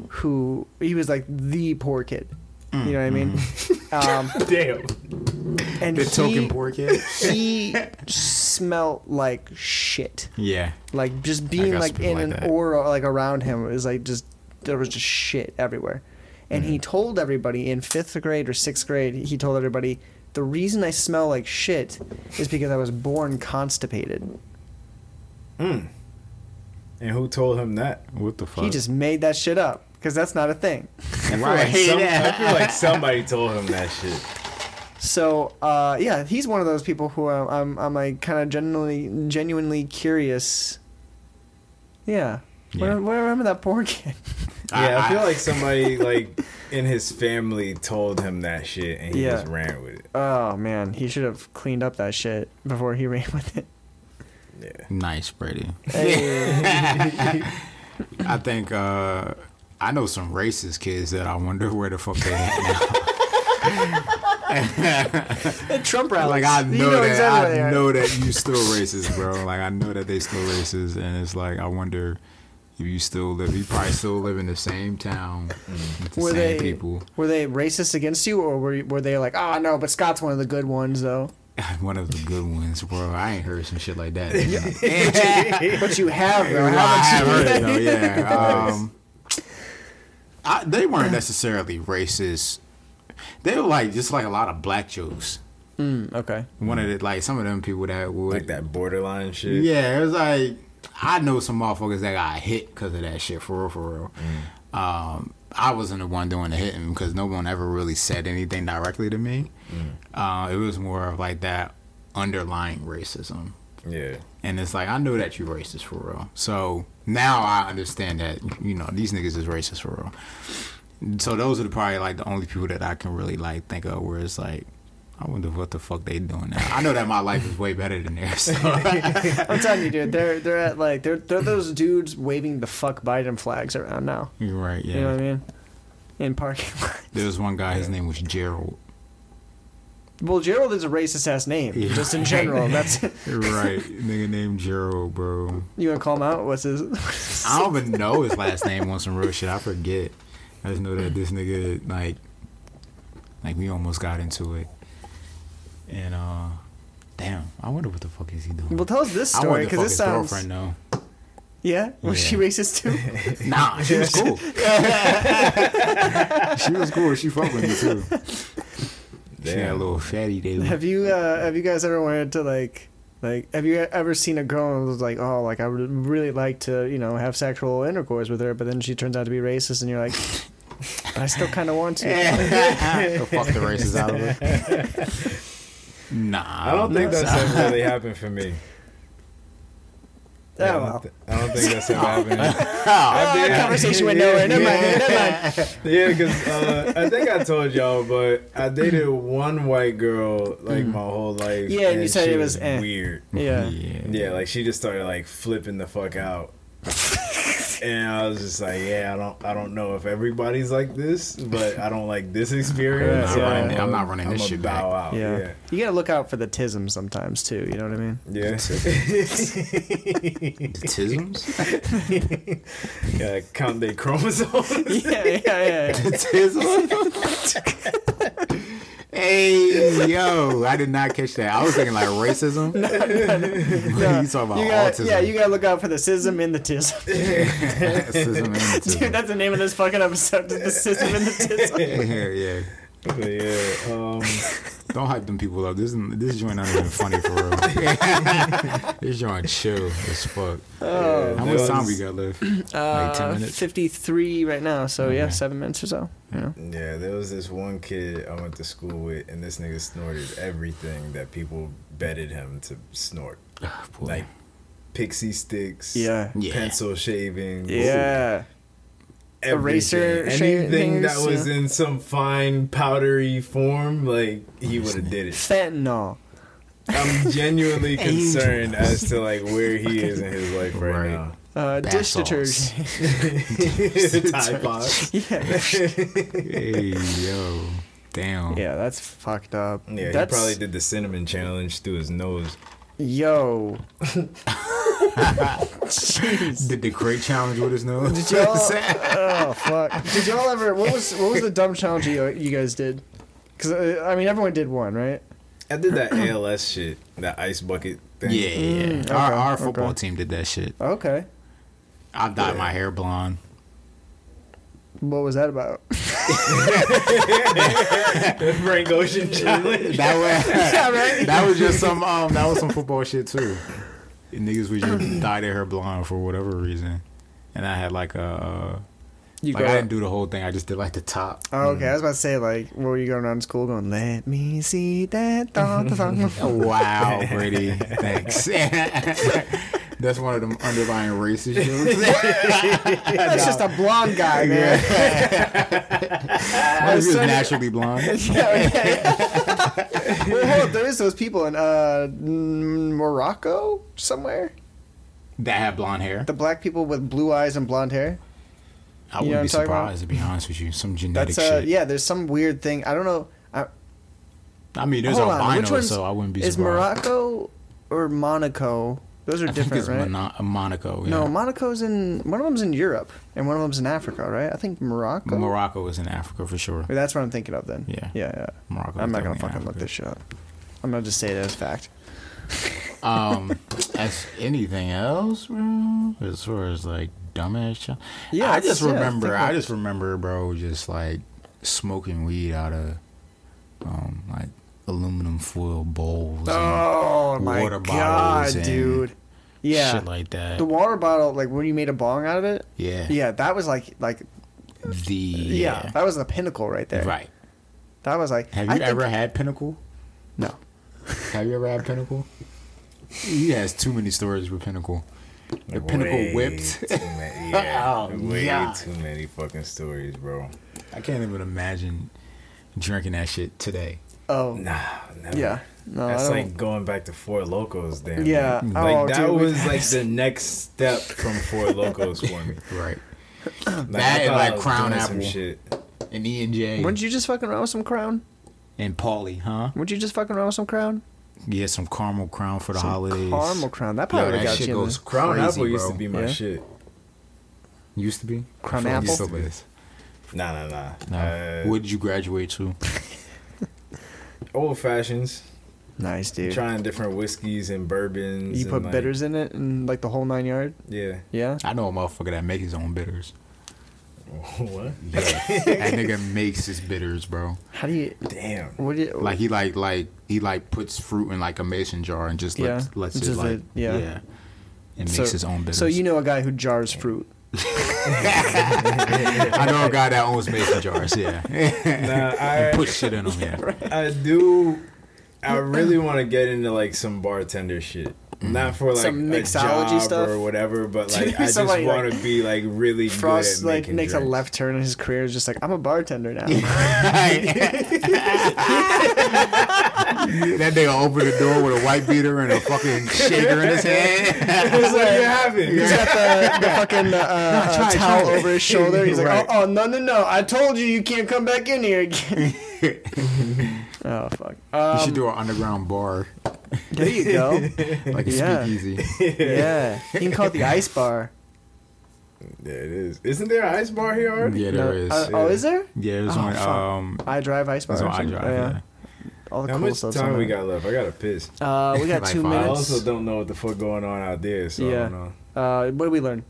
[SPEAKER 1] who he was like the poor kid. You know what I mean? Um,
[SPEAKER 2] Damn.
[SPEAKER 3] Mm-hmm.
[SPEAKER 1] and
[SPEAKER 3] The
[SPEAKER 1] he,
[SPEAKER 3] token poor kid?
[SPEAKER 1] he smelt like shit.
[SPEAKER 3] Yeah.
[SPEAKER 1] like just being
[SPEAKER 3] got
[SPEAKER 1] like
[SPEAKER 3] people
[SPEAKER 1] in
[SPEAKER 3] like
[SPEAKER 1] an
[SPEAKER 3] that.
[SPEAKER 1] aura like around him it was like just there was just shit everywhere and
[SPEAKER 3] Mm-hmm.
[SPEAKER 1] he told everybody in fifth grade or sixth grade he told everybody the reason i smell like shit is because i was born constipated
[SPEAKER 2] Hmm. And who told him that?
[SPEAKER 3] What the fuck?
[SPEAKER 1] he just made that shit up because that's not a thing
[SPEAKER 2] Like,
[SPEAKER 3] right.
[SPEAKER 2] some, I feel like somebody told him that shit.
[SPEAKER 1] so uh, yeah he's one of those people who uh, i'm, I'm, I'm like kind of genuinely genuinely curious yeah Whatever, whatever happened to that poor kid?
[SPEAKER 2] Yeah, I, feel like somebody like in his family told him that shit and he
[SPEAKER 1] Yeah.
[SPEAKER 2] just ran with it.
[SPEAKER 1] Oh man, he should have cleaned up that shit before he ran with it.
[SPEAKER 2] Yeah.
[SPEAKER 4] Nice, Brady.
[SPEAKER 3] I think uh, I know some racist kids that I wonder where the fuck they at
[SPEAKER 1] Trump
[SPEAKER 3] now.
[SPEAKER 1] rallies.
[SPEAKER 3] like I know,
[SPEAKER 1] You
[SPEAKER 3] that
[SPEAKER 1] exactly where they
[SPEAKER 3] I
[SPEAKER 1] are.
[SPEAKER 3] know that you still racist, bro. Like I know that they still racist, and it's like I wonder if you still live. You probably still live in the same town with the
[SPEAKER 1] Were
[SPEAKER 3] same
[SPEAKER 1] they
[SPEAKER 3] people.
[SPEAKER 1] were they racist against you, or were were they like, oh no, but Scott's one of the good ones though?
[SPEAKER 3] One of the good ones, bro. I ain't heard some shit like that.
[SPEAKER 1] But you have though.
[SPEAKER 3] Well, I have
[SPEAKER 1] haven't
[SPEAKER 3] heard it though, yeah. Um, I, they weren't necessarily racist. They were like just like a lot of black jokes.
[SPEAKER 1] you? Okay.
[SPEAKER 3] One of the like some of them people that would
[SPEAKER 2] Like that borderline shit.
[SPEAKER 3] Yeah, it was like I know some motherfuckers that got hit because of that shit for real, for real.
[SPEAKER 2] Mm.
[SPEAKER 3] Um, I wasn't the one doing the hitting because no one ever really said anything directly to me.
[SPEAKER 2] Mm.
[SPEAKER 3] Uh, it was more of like that underlying racism
[SPEAKER 2] Yeah.
[SPEAKER 3] and it's like I know that you racist for real. So now I understand that you know these niggas is racist for real. So those are probably like the only people that I can really like think of where it's like I wonder what the fuck they doing now. I know that my life is way better than theirs. So.
[SPEAKER 1] I'm telling you, dude. They're they're at like they're they're those dudes waving the fuck Biden flags around now.
[SPEAKER 3] You're right. Yeah.
[SPEAKER 1] You know what I mean? In parking lot.
[SPEAKER 3] There was one guy. His name was Gerald.
[SPEAKER 1] Well, Gerald is a racist ass name,
[SPEAKER 3] Yeah.
[SPEAKER 1] just in general. That's
[SPEAKER 3] You're right. Nigga named Gerald, bro.
[SPEAKER 1] you want to call him out? What's his?
[SPEAKER 3] I don't even know his last name on some real shit. I forget. I just know that this nigga like like we almost got into it. And uh damn, I wonder what the fuck is he doing.
[SPEAKER 1] well, tell us this
[SPEAKER 3] I
[SPEAKER 1] story
[SPEAKER 3] wanted to fuck
[SPEAKER 1] because this
[SPEAKER 3] his
[SPEAKER 1] sounds.
[SPEAKER 3] girlfriend though.
[SPEAKER 1] Yeah, was she
[SPEAKER 3] Yeah.
[SPEAKER 1] racist too?
[SPEAKER 3] Nah, she was cool. she was cool. She fucked with me too. She had a
[SPEAKER 2] Damn.
[SPEAKER 3] little fatty day.
[SPEAKER 1] have you uh, have you guys ever wanted to like like have you e-, ever seen a girl and was like oh like I would really like to you know have sexual intercourse with her, but then she turns out to be racist, and you're like, but I still kind of want to.
[SPEAKER 3] so fuck the races out of it. Nah,
[SPEAKER 2] I don't think that's ever really happened for me.
[SPEAKER 1] Oh,
[SPEAKER 2] Yeah, I don't
[SPEAKER 1] well.
[SPEAKER 2] thi- I don't think that's ever happened.
[SPEAKER 1] Oh, that conversation went nowhere. Never mind. dude, Never mind.
[SPEAKER 2] Yeah, because uh, I think I told y'all, but I dated one white girl like my whole
[SPEAKER 1] Mm.
[SPEAKER 2] life.
[SPEAKER 1] Yeah, and you said
[SPEAKER 2] she
[SPEAKER 1] it was, eh.
[SPEAKER 2] weird.
[SPEAKER 1] Yeah.
[SPEAKER 2] Yeah, like she just started like flipping the fuck out. and I was just like, yeah, I don't I don't know if everybody's like this, but I don't like this experience.
[SPEAKER 1] I'm not
[SPEAKER 2] so
[SPEAKER 1] running-
[SPEAKER 3] I'm not running this
[SPEAKER 2] I'ma
[SPEAKER 3] shit
[SPEAKER 2] bow out.
[SPEAKER 1] Yeah.
[SPEAKER 2] Oh, Yeah.
[SPEAKER 1] You gotta look out for the tism sometimes too. You know what I mean?
[SPEAKER 2] Yeah.
[SPEAKER 3] Tisms?
[SPEAKER 2] yeah count their chromosomes.
[SPEAKER 1] yeah, yeah, yeah. yeah.
[SPEAKER 3] Hey, yo, I did not catch that. I was thinking like racism. you talking about
[SPEAKER 1] You gotta,
[SPEAKER 3] autism?
[SPEAKER 1] yeah, you gotta look out for the sism and the tism.
[SPEAKER 3] Racism and autism.
[SPEAKER 1] Dude, that's the name of this fucking episode. The sism and the tism.
[SPEAKER 3] yeah, yeah.
[SPEAKER 2] But yeah. Um
[SPEAKER 3] Don't hype them people up. This this joint not even funny for real. this joint chill as fuck.
[SPEAKER 2] yeah,
[SPEAKER 3] How
[SPEAKER 2] there
[SPEAKER 3] much time
[SPEAKER 2] was-
[SPEAKER 3] we got left?
[SPEAKER 1] Oh, Uh,
[SPEAKER 3] like ten minutes.
[SPEAKER 1] 53 right now, so yeah, seven minutes or so. Yeah.
[SPEAKER 2] Yeah, there was this one kid I went to school with, and this nigga snorted everything that people betted him to snort,
[SPEAKER 3] Ah, boy.
[SPEAKER 2] like pixie sticks,
[SPEAKER 1] Yeah.
[SPEAKER 3] Yeah.
[SPEAKER 2] pencil shavings,
[SPEAKER 1] Yeah.
[SPEAKER 2] everything.
[SPEAKER 1] Eraser shaving
[SPEAKER 2] anything that
[SPEAKER 1] things,
[SPEAKER 2] was
[SPEAKER 1] yeah.
[SPEAKER 2] in some fine powdery form, like he would have did it.
[SPEAKER 1] Fentanyl.
[SPEAKER 2] I'm genuinely concerned as to like where he is in his life right,
[SPEAKER 3] Right.
[SPEAKER 2] now.
[SPEAKER 1] Uh,
[SPEAKER 3] Bath
[SPEAKER 1] dish
[SPEAKER 3] salts.
[SPEAKER 1] detergent.
[SPEAKER 2] Tide Pods.
[SPEAKER 1] yeah.
[SPEAKER 3] hey, yo, damn.
[SPEAKER 1] Yeah, that's fucked up.
[SPEAKER 2] Yeah,
[SPEAKER 1] that's,
[SPEAKER 2] he probably did the cinnamon challenge through his nose.
[SPEAKER 1] Yo. Jeez.
[SPEAKER 3] Did the great challenge with his nose?
[SPEAKER 1] Did y'all? oh fuck! Did y'all ever? What was what was the dumb challenge you, you guys did? Because uh, I mean, everyone did one, right?
[SPEAKER 2] I did that ALS shit, that ice bucket thing.
[SPEAKER 3] Yeah, yeah.
[SPEAKER 1] Mm,
[SPEAKER 3] our
[SPEAKER 1] okay,
[SPEAKER 3] our football
[SPEAKER 1] okay.
[SPEAKER 3] team did that shit.
[SPEAKER 1] Okay.
[SPEAKER 3] I dyed my hair blonde.
[SPEAKER 1] What was that about?
[SPEAKER 2] Frank Ocean challenge.
[SPEAKER 3] That was That was just some um that was some football shit too. And niggas would just dye their hair blonde for whatever reason. And I had like a
[SPEAKER 1] You
[SPEAKER 3] uh, like I didn't Mm. do the whole thing. I just did like the top.
[SPEAKER 1] Oh, okay, I was about to say like, what were you going around school going? Let me see that dog.
[SPEAKER 3] Wow, Brady. Thanks.
[SPEAKER 5] That's one of them underlying racist jokes.
[SPEAKER 1] That's just a blonde guy, man.
[SPEAKER 5] Why is he naturally blonde?
[SPEAKER 1] yeah, okay. well, hold up. There is those people in uh, mm, Morocco somewhere.
[SPEAKER 3] That have blonde hair.
[SPEAKER 1] The black people with blue eyes and blonde hair.
[SPEAKER 3] I
[SPEAKER 1] You
[SPEAKER 3] wouldn't be
[SPEAKER 1] know what I'm talking about?
[SPEAKER 3] surprised to be honest with you. Some genetic
[SPEAKER 1] That's uh,
[SPEAKER 3] shit.
[SPEAKER 1] yeah. There's some weird thing. I don't know. I,
[SPEAKER 3] I mean, there's
[SPEAKER 1] hold on. Which
[SPEAKER 3] albino,
[SPEAKER 1] one's
[SPEAKER 3] so I wouldn't be
[SPEAKER 1] is
[SPEAKER 3] surprised.
[SPEAKER 1] Morocco or Monaco? Those are
[SPEAKER 3] I think
[SPEAKER 1] different,
[SPEAKER 3] it's
[SPEAKER 1] right?
[SPEAKER 3] Mono- Monaco. Yeah.
[SPEAKER 1] No, Monaco's in one of them's in Europe and one of them's in Africa, right? I think Morocco.
[SPEAKER 3] Morocco is in Africa for sure.
[SPEAKER 1] Wait, that's what I'm thinking of then.
[SPEAKER 3] Yeah.
[SPEAKER 1] Yeah, yeah.
[SPEAKER 3] Morocco.
[SPEAKER 1] I'm
[SPEAKER 3] is
[SPEAKER 1] not
[SPEAKER 3] definitely
[SPEAKER 1] gonna
[SPEAKER 3] in
[SPEAKER 1] fucking look
[SPEAKER 3] Africa.
[SPEAKER 1] this shit up. I'm gonna just say it as fact.
[SPEAKER 3] Um, as anything else, bro, as far as like dumbass shit.
[SPEAKER 1] Yeah,
[SPEAKER 3] I
[SPEAKER 1] it's-
[SPEAKER 3] just
[SPEAKER 1] yeah, it's
[SPEAKER 3] remember. I
[SPEAKER 1] different.
[SPEAKER 3] just remember, bro, just like smoking weed out of um like aluminum foil bowls.
[SPEAKER 1] Oh my
[SPEAKER 3] water bottles
[SPEAKER 1] god,
[SPEAKER 3] and
[SPEAKER 1] dude.
[SPEAKER 3] and
[SPEAKER 1] Yeah.
[SPEAKER 3] shit like that.
[SPEAKER 1] the water bottle, like when you made a bong out of it.
[SPEAKER 3] yeah,
[SPEAKER 1] Yeah, that was like like
[SPEAKER 3] The
[SPEAKER 1] yeah, that was the pinnacle right there.
[SPEAKER 3] right.
[SPEAKER 1] That was like
[SPEAKER 3] Have
[SPEAKER 1] I
[SPEAKER 3] you
[SPEAKER 1] think-
[SPEAKER 3] ever had Pinnacle?
[SPEAKER 1] No.
[SPEAKER 3] Have you ever had Pinnacle? He has too many stories with Pinnacle. The Pinnacle whipped.
[SPEAKER 2] Too many, yeah,
[SPEAKER 3] Oh,
[SPEAKER 2] way
[SPEAKER 3] yeah.
[SPEAKER 2] too many fucking stories, bro.
[SPEAKER 3] I can't even imagine drinking that shit today.
[SPEAKER 1] Oh
[SPEAKER 2] Nah, never.
[SPEAKER 1] yeah. No, I
[SPEAKER 2] That's
[SPEAKER 1] don't
[SPEAKER 2] like going back to Four Locos, damn.
[SPEAKER 1] Yeah.
[SPEAKER 3] Mm.
[SPEAKER 2] Like,
[SPEAKER 1] Oh,
[SPEAKER 2] that
[SPEAKER 1] dude, we-
[SPEAKER 2] was like the next step from Four Locos for me.
[SPEAKER 3] Right.
[SPEAKER 2] Like,
[SPEAKER 3] That
[SPEAKER 2] I
[SPEAKER 3] and, like,
[SPEAKER 2] thought I was
[SPEAKER 3] Crown
[SPEAKER 2] doing some
[SPEAKER 3] Apple.
[SPEAKER 2] shit.
[SPEAKER 3] And E and J
[SPEAKER 1] Wouldn't you just fucking run with some crown?
[SPEAKER 3] and Paulie, huh?
[SPEAKER 1] Wouldn't you just fucking run with some crown?
[SPEAKER 3] Yeah, some caramel crown for the
[SPEAKER 1] Some
[SPEAKER 3] holidays.
[SPEAKER 1] Caramel crown. That
[SPEAKER 3] Yo,
[SPEAKER 1] probably
[SPEAKER 3] that
[SPEAKER 1] got
[SPEAKER 3] shit
[SPEAKER 1] you. in
[SPEAKER 3] goes
[SPEAKER 1] the-
[SPEAKER 2] Crown
[SPEAKER 3] crazy,
[SPEAKER 2] Apple used
[SPEAKER 3] bro.
[SPEAKER 2] to be my
[SPEAKER 1] Yeah.
[SPEAKER 2] shit.
[SPEAKER 3] used to be
[SPEAKER 1] Crown
[SPEAKER 3] I feel like it
[SPEAKER 1] apple?
[SPEAKER 3] Still is.
[SPEAKER 2] Nah, nah, nah.
[SPEAKER 3] No.
[SPEAKER 2] Uh,
[SPEAKER 3] what did you graduate to?
[SPEAKER 2] old fashions,
[SPEAKER 1] Nice, dude.
[SPEAKER 2] trying different whiskeys and bourbons.
[SPEAKER 1] You
[SPEAKER 2] and,
[SPEAKER 1] put
[SPEAKER 2] like,
[SPEAKER 1] bitters in it and like the whole nine yard.
[SPEAKER 2] Yeah.
[SPEAKER 1] Yeah.
[SPEAKER 3] I know a motherfucker that makes his own bitters.
[SPEAKER 2] what?
[SPEAKER 3] Yeah, that nigga makes his bitters, bro.
[SPEAKER 1] How do you?
[SPEAKER 2] Damn.
[SPEAKER 1] What do you?
[SPEAKER 3] Like he like like he like puts fruit in like a mason jar and just lets
[SPEAKER 1] Yeah.
[SPEAKER 3] lets
[SPEAKER 1] Just
[SPEAKER 3] it like
[SPEAKER 1] let- yeah.
[SPEAKER 3] and makes his own bitters.
[SPEAKER 1] So you know a guy who jars fruit.
[SPEAKER 3] I know a guy that owns mason jars. Yeah,
[SPEAKER 2] Nah, I
[SPEAKER 3] put shit in them. Yeah,
[SPEAKER 2] I do. I really want to get into like some bartender shit.
[SPEAKER 3] Mm.
[SPEAKER 2] Not for like
[SPEAKER 1] Some
[SPEAKER 2] a
[SPEAKER 1] mixology
[SPEAKER 2] job
[SPEAKER 1] stuff?
[SPEAKER 2] or whatever, but like I just
[SPEAKER 1] Somebody, like-
[SPEAKER 2] want to be like really
[SPEAKER 1] Frost
[SPEAKER 2] good at
[SPEAKER 1] like
[SPEAKER 2] making
[SPEAKER 1] makes a
[SPEAKER 2] drinks.
[SPEAKER 1] left turn in his career. Is just like I'm a bartender now.
[SPEAKER 3] that nigga opened the door with a white beater and a fucking shaker in his hand.
[SPEAKER 2] That's what you having.
[SPEAKER 1] He's got the, the fucking uh, uh,
[SPEAKER 3] try it,
[SPEAKER 1] towel
[SPEAKER 3] try it.
[SPEAKER 1] over his shoulder. He's like,
[SPEAKER 3] Right.
[SPEAKER 1] oh, oh, no, no, no! I told you you can't come back in here again. oh fuck!
[SPEAKER 3] You
[SPEAKER 1] Um,
[SPEAKER 3] should do an underground bar,
[SPEAKER 1] there you go.
[SPEAKER 3] like a
[SPEAKER 1] Yeah.
[SPEAKER 3] speakeasy.
[SPEAKER 1] Yeah, he can call it the ice bar.
[SPEAKER 2] Yeah, it is. Isn't there an ice bar here already?
[SPEAKER 3] Yeah, there is.
[SPEAKER 1] Uh, oh, is there?
[SPEAKER 3] yeah, there's
[SPEAKER 1] Oh,
[SPEAKER 3] one.
[SPEAKER 1] fuck.
[SPEAKER 3] Um,
[SPEAKER 1] I drive ice bar.
[SPEAKER 3] there's
[SPEAKER 1] or
[SPEAKER 3] one I
[SPEAKER 1] something.
[SPEAKER 3] drive.
[SPEAKER 1] Oh,
[SPEAKER 3] Yeah.
[SPEAKER 1] All the
[SPEAKER 2] How
[SPEAKER 1] cool
[SPEAKER 2] much
[SPEAKER 1] stuff.
[SPEAKER 2] time we got left? I gotta piss.
[SPEAKER 1] Uh, we got
[SPEAKER 3] Like
[SPEAKER 1] two
[SPEAKER 3] five.
[SPEAKER 2] I
[SPEAKER 1] minutes.
[SPEAKER 2] also don't know what the fuck going on out there, so I
[SPEAKER 1] Yeah.
[SPEAKER 2] don't know.
[SPEAKER 1] Uh, what did we learn?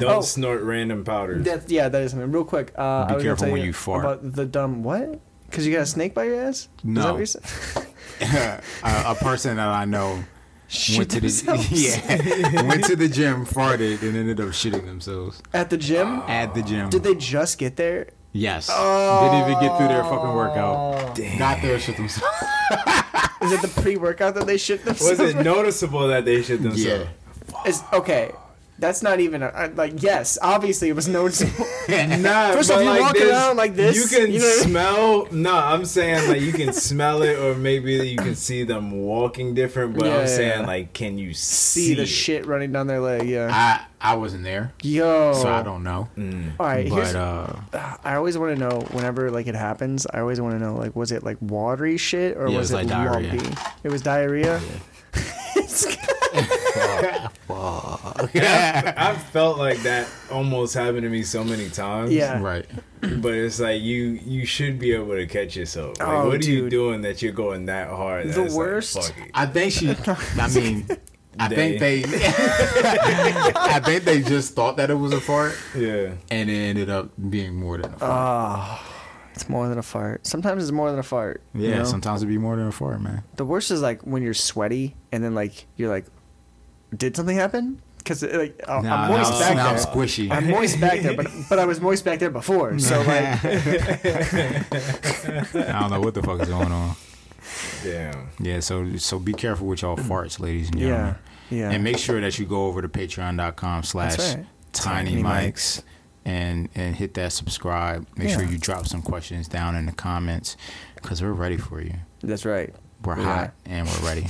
[SPEAKER 2] Don't
[SPEAKER 1] Oh.
[SPEAKER 2] snort random powders.
[SPEAKER 1] That, yeah, that is something. Real quick.
[SPEAKER 3] Be
[SPEAKER 1] Uh, I was gonna
[SPEAKER 3] careful
[SPEAKER 1] tell
[SPEAKER 3] when you fart.
[SPEAKER 1] About the dumb what? Because you got a snake by your ass?
[SPEAKER 3] No.
[SPEAKER 1] Is that what you said?
[SPEAKER 3] a, a person that I know
[SPEAKER 1] Shit
[SPEAKER 3] went to the
[SPEAKER 1] themselves.
[SPEAKER 3] yeah went to the gym, farted, and ended up shitting themselves
[SPEAKER 1] At the gym?
[SPEAKER 3] at the gym.
[SPEAKER 1] Did they just get there?
[SPEAKER 3] Yes. Didn't even get through their
[SPEAKER 1] Oh.
[SPEAKER 3] fucking workout. Got there, shit themselves.
[SPEAKER 1] Is it the pre workout that they shit themselves?
[SPEAKER 2] Was it noticeable that they shit themselves?
[SPEAKER 3] Yeah.
[SPEAKER 1] Is- okay. That's not even a, I- like yes. Obviously, it was noticeable.
[SPEAKER 2] Nah,
[SPEAKER 1] First
[SPEAKER 2] but
[SPEAKER 1] off, you
[SPEAKER 2] like
[SPEAKER 1] walk
[SPEAKER 2] this,
[SPEAKER 1] around like this,
[SPEAKER 2] You can
[SPEAKER 1] you know-
[SPEAKER 2] smell. No, I'm saying like you can smell it, or maybe you can see them walking different. But
[SPEAKER 1] Yeah,
[SPEAKER 2] I'm
[SPEAKER 1] yeah,
[SPEAKER 2] saying
[SPEAKER 1] yeah.
[SPEAKER 2] like, can you see,
[SPEAKER 1] See the
[SPEAKER 2] it?
[SPEAKER 1] shit running down their leg. Yeah.
[SPEAKER 3] I I wasn't there,
[SPEAKER 1] Yo.
[SPEAKER 3] so I don't know.
[SPEAKER 1] All right. Mm. here's,
[SPEAKER 3] But uh,
[SPEAKER 1] I always want to know whenever like it happens. I always want to know like was it like watery shit or
[SPEAKER 3] Yeah, it was
[SPEAKER 1] was it,
[SPEAKER 3] like diarrhea.
[SPEAKER 1] lumpy? It was diarrhea.
[SPEAKER 2] I've felt like that almost happened to me so many times.
[SPEAKER 1] Yeah.
[SPEAKER 3] right.
[SPEAKER 2] but it's like you you should be able to catch yourself. Like,
[SPEAKER 1] Oh,
[SPEAKER 2] what are you
[SPEAKER 1] dude.
[SPEAKER 2] doing that you're going that hard? that
[SPEAKER 1] The
[SPEAKER 2] it's like,
[SPEAKER 1] worst-
[SPEAKER 2] fuck it.
[SPEAKER 3] I think she. I mean, I think
[SPEAKER 2] They.
[SPEAKER 3] they. I think they just thought that it was a fart,
[SPEAKER 2] yeah.
[SPEAKER 3] and it ended up being more than a fart.
[SPEAKER 1] Ah, It's more than a fart. Sometimes it's more than a fart. you
[SPEAKER 3] yeah,
[SPEAKER 1] know?
[SPEAKER 3] sometimes it be more than a fart, man.
[SPEAKER 1] the worst is like when you're sweaty and then like you're like, did something happen? Because like I-
[SPEAKER 3] Nah,
[SPEAKER 1] I'm moist
[SPEAKER 3] now,
[SPEAKER 1] back
[SPEAKER 3] now I'm
[SPEAKER 1] there.
[SPEAKER 3] squishy.
[SPEAKER 1] I'm moist back there, but but I was moist back there before. So like
[SPEAKER 3] I don't know what the fuck is going on.
[SPEAKER 2] Damn.
[SPEAKER 3] Yeah, so so be careful with y'all farts, ladies and gentlemen.
[SPEAKER 1] Yeah. Yeah.
[SPEAKER 3] And make sure that you go over to patreon.com slash
[SPEAKER 1] That's right.
[SPEAKER 3] tiny
[SPEAKER 1] Tiny
[SPEAKER 3] mics and and hit that subscribe. Make sure
[SPEAKER 1] Yeah.
[SPEAKER 3] you drop some questions down in the comments because we're ready for you.
[SPEAKER 1] That's right.
[SPEAKER 3] We're
[SPEAKER 1] Yeah.
[SPEAKER 3] hot and we're ready.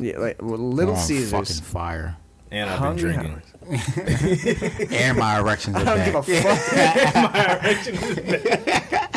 [SPEAKER 1] Yeah, like well,
[SPEAKER 3] We're
[SPEAKER 1] Little
[SPEAKER 3] on
[SPEAKER 1] Caesars.
[SPEAKER 3] fucking fire.
[SPEAKER 2] And I've been
[SPEAKER 1] Hungry
[SPEAKER 2] drinking.
[SPEAKER 1] hours.
[SPEAKER 3] And my erections are
[SPEAKER 1] I don't
[SPEAKER 3] back.
[SPEAKER 1] give a fuck.
[SPEAKER 2] My erection is bad.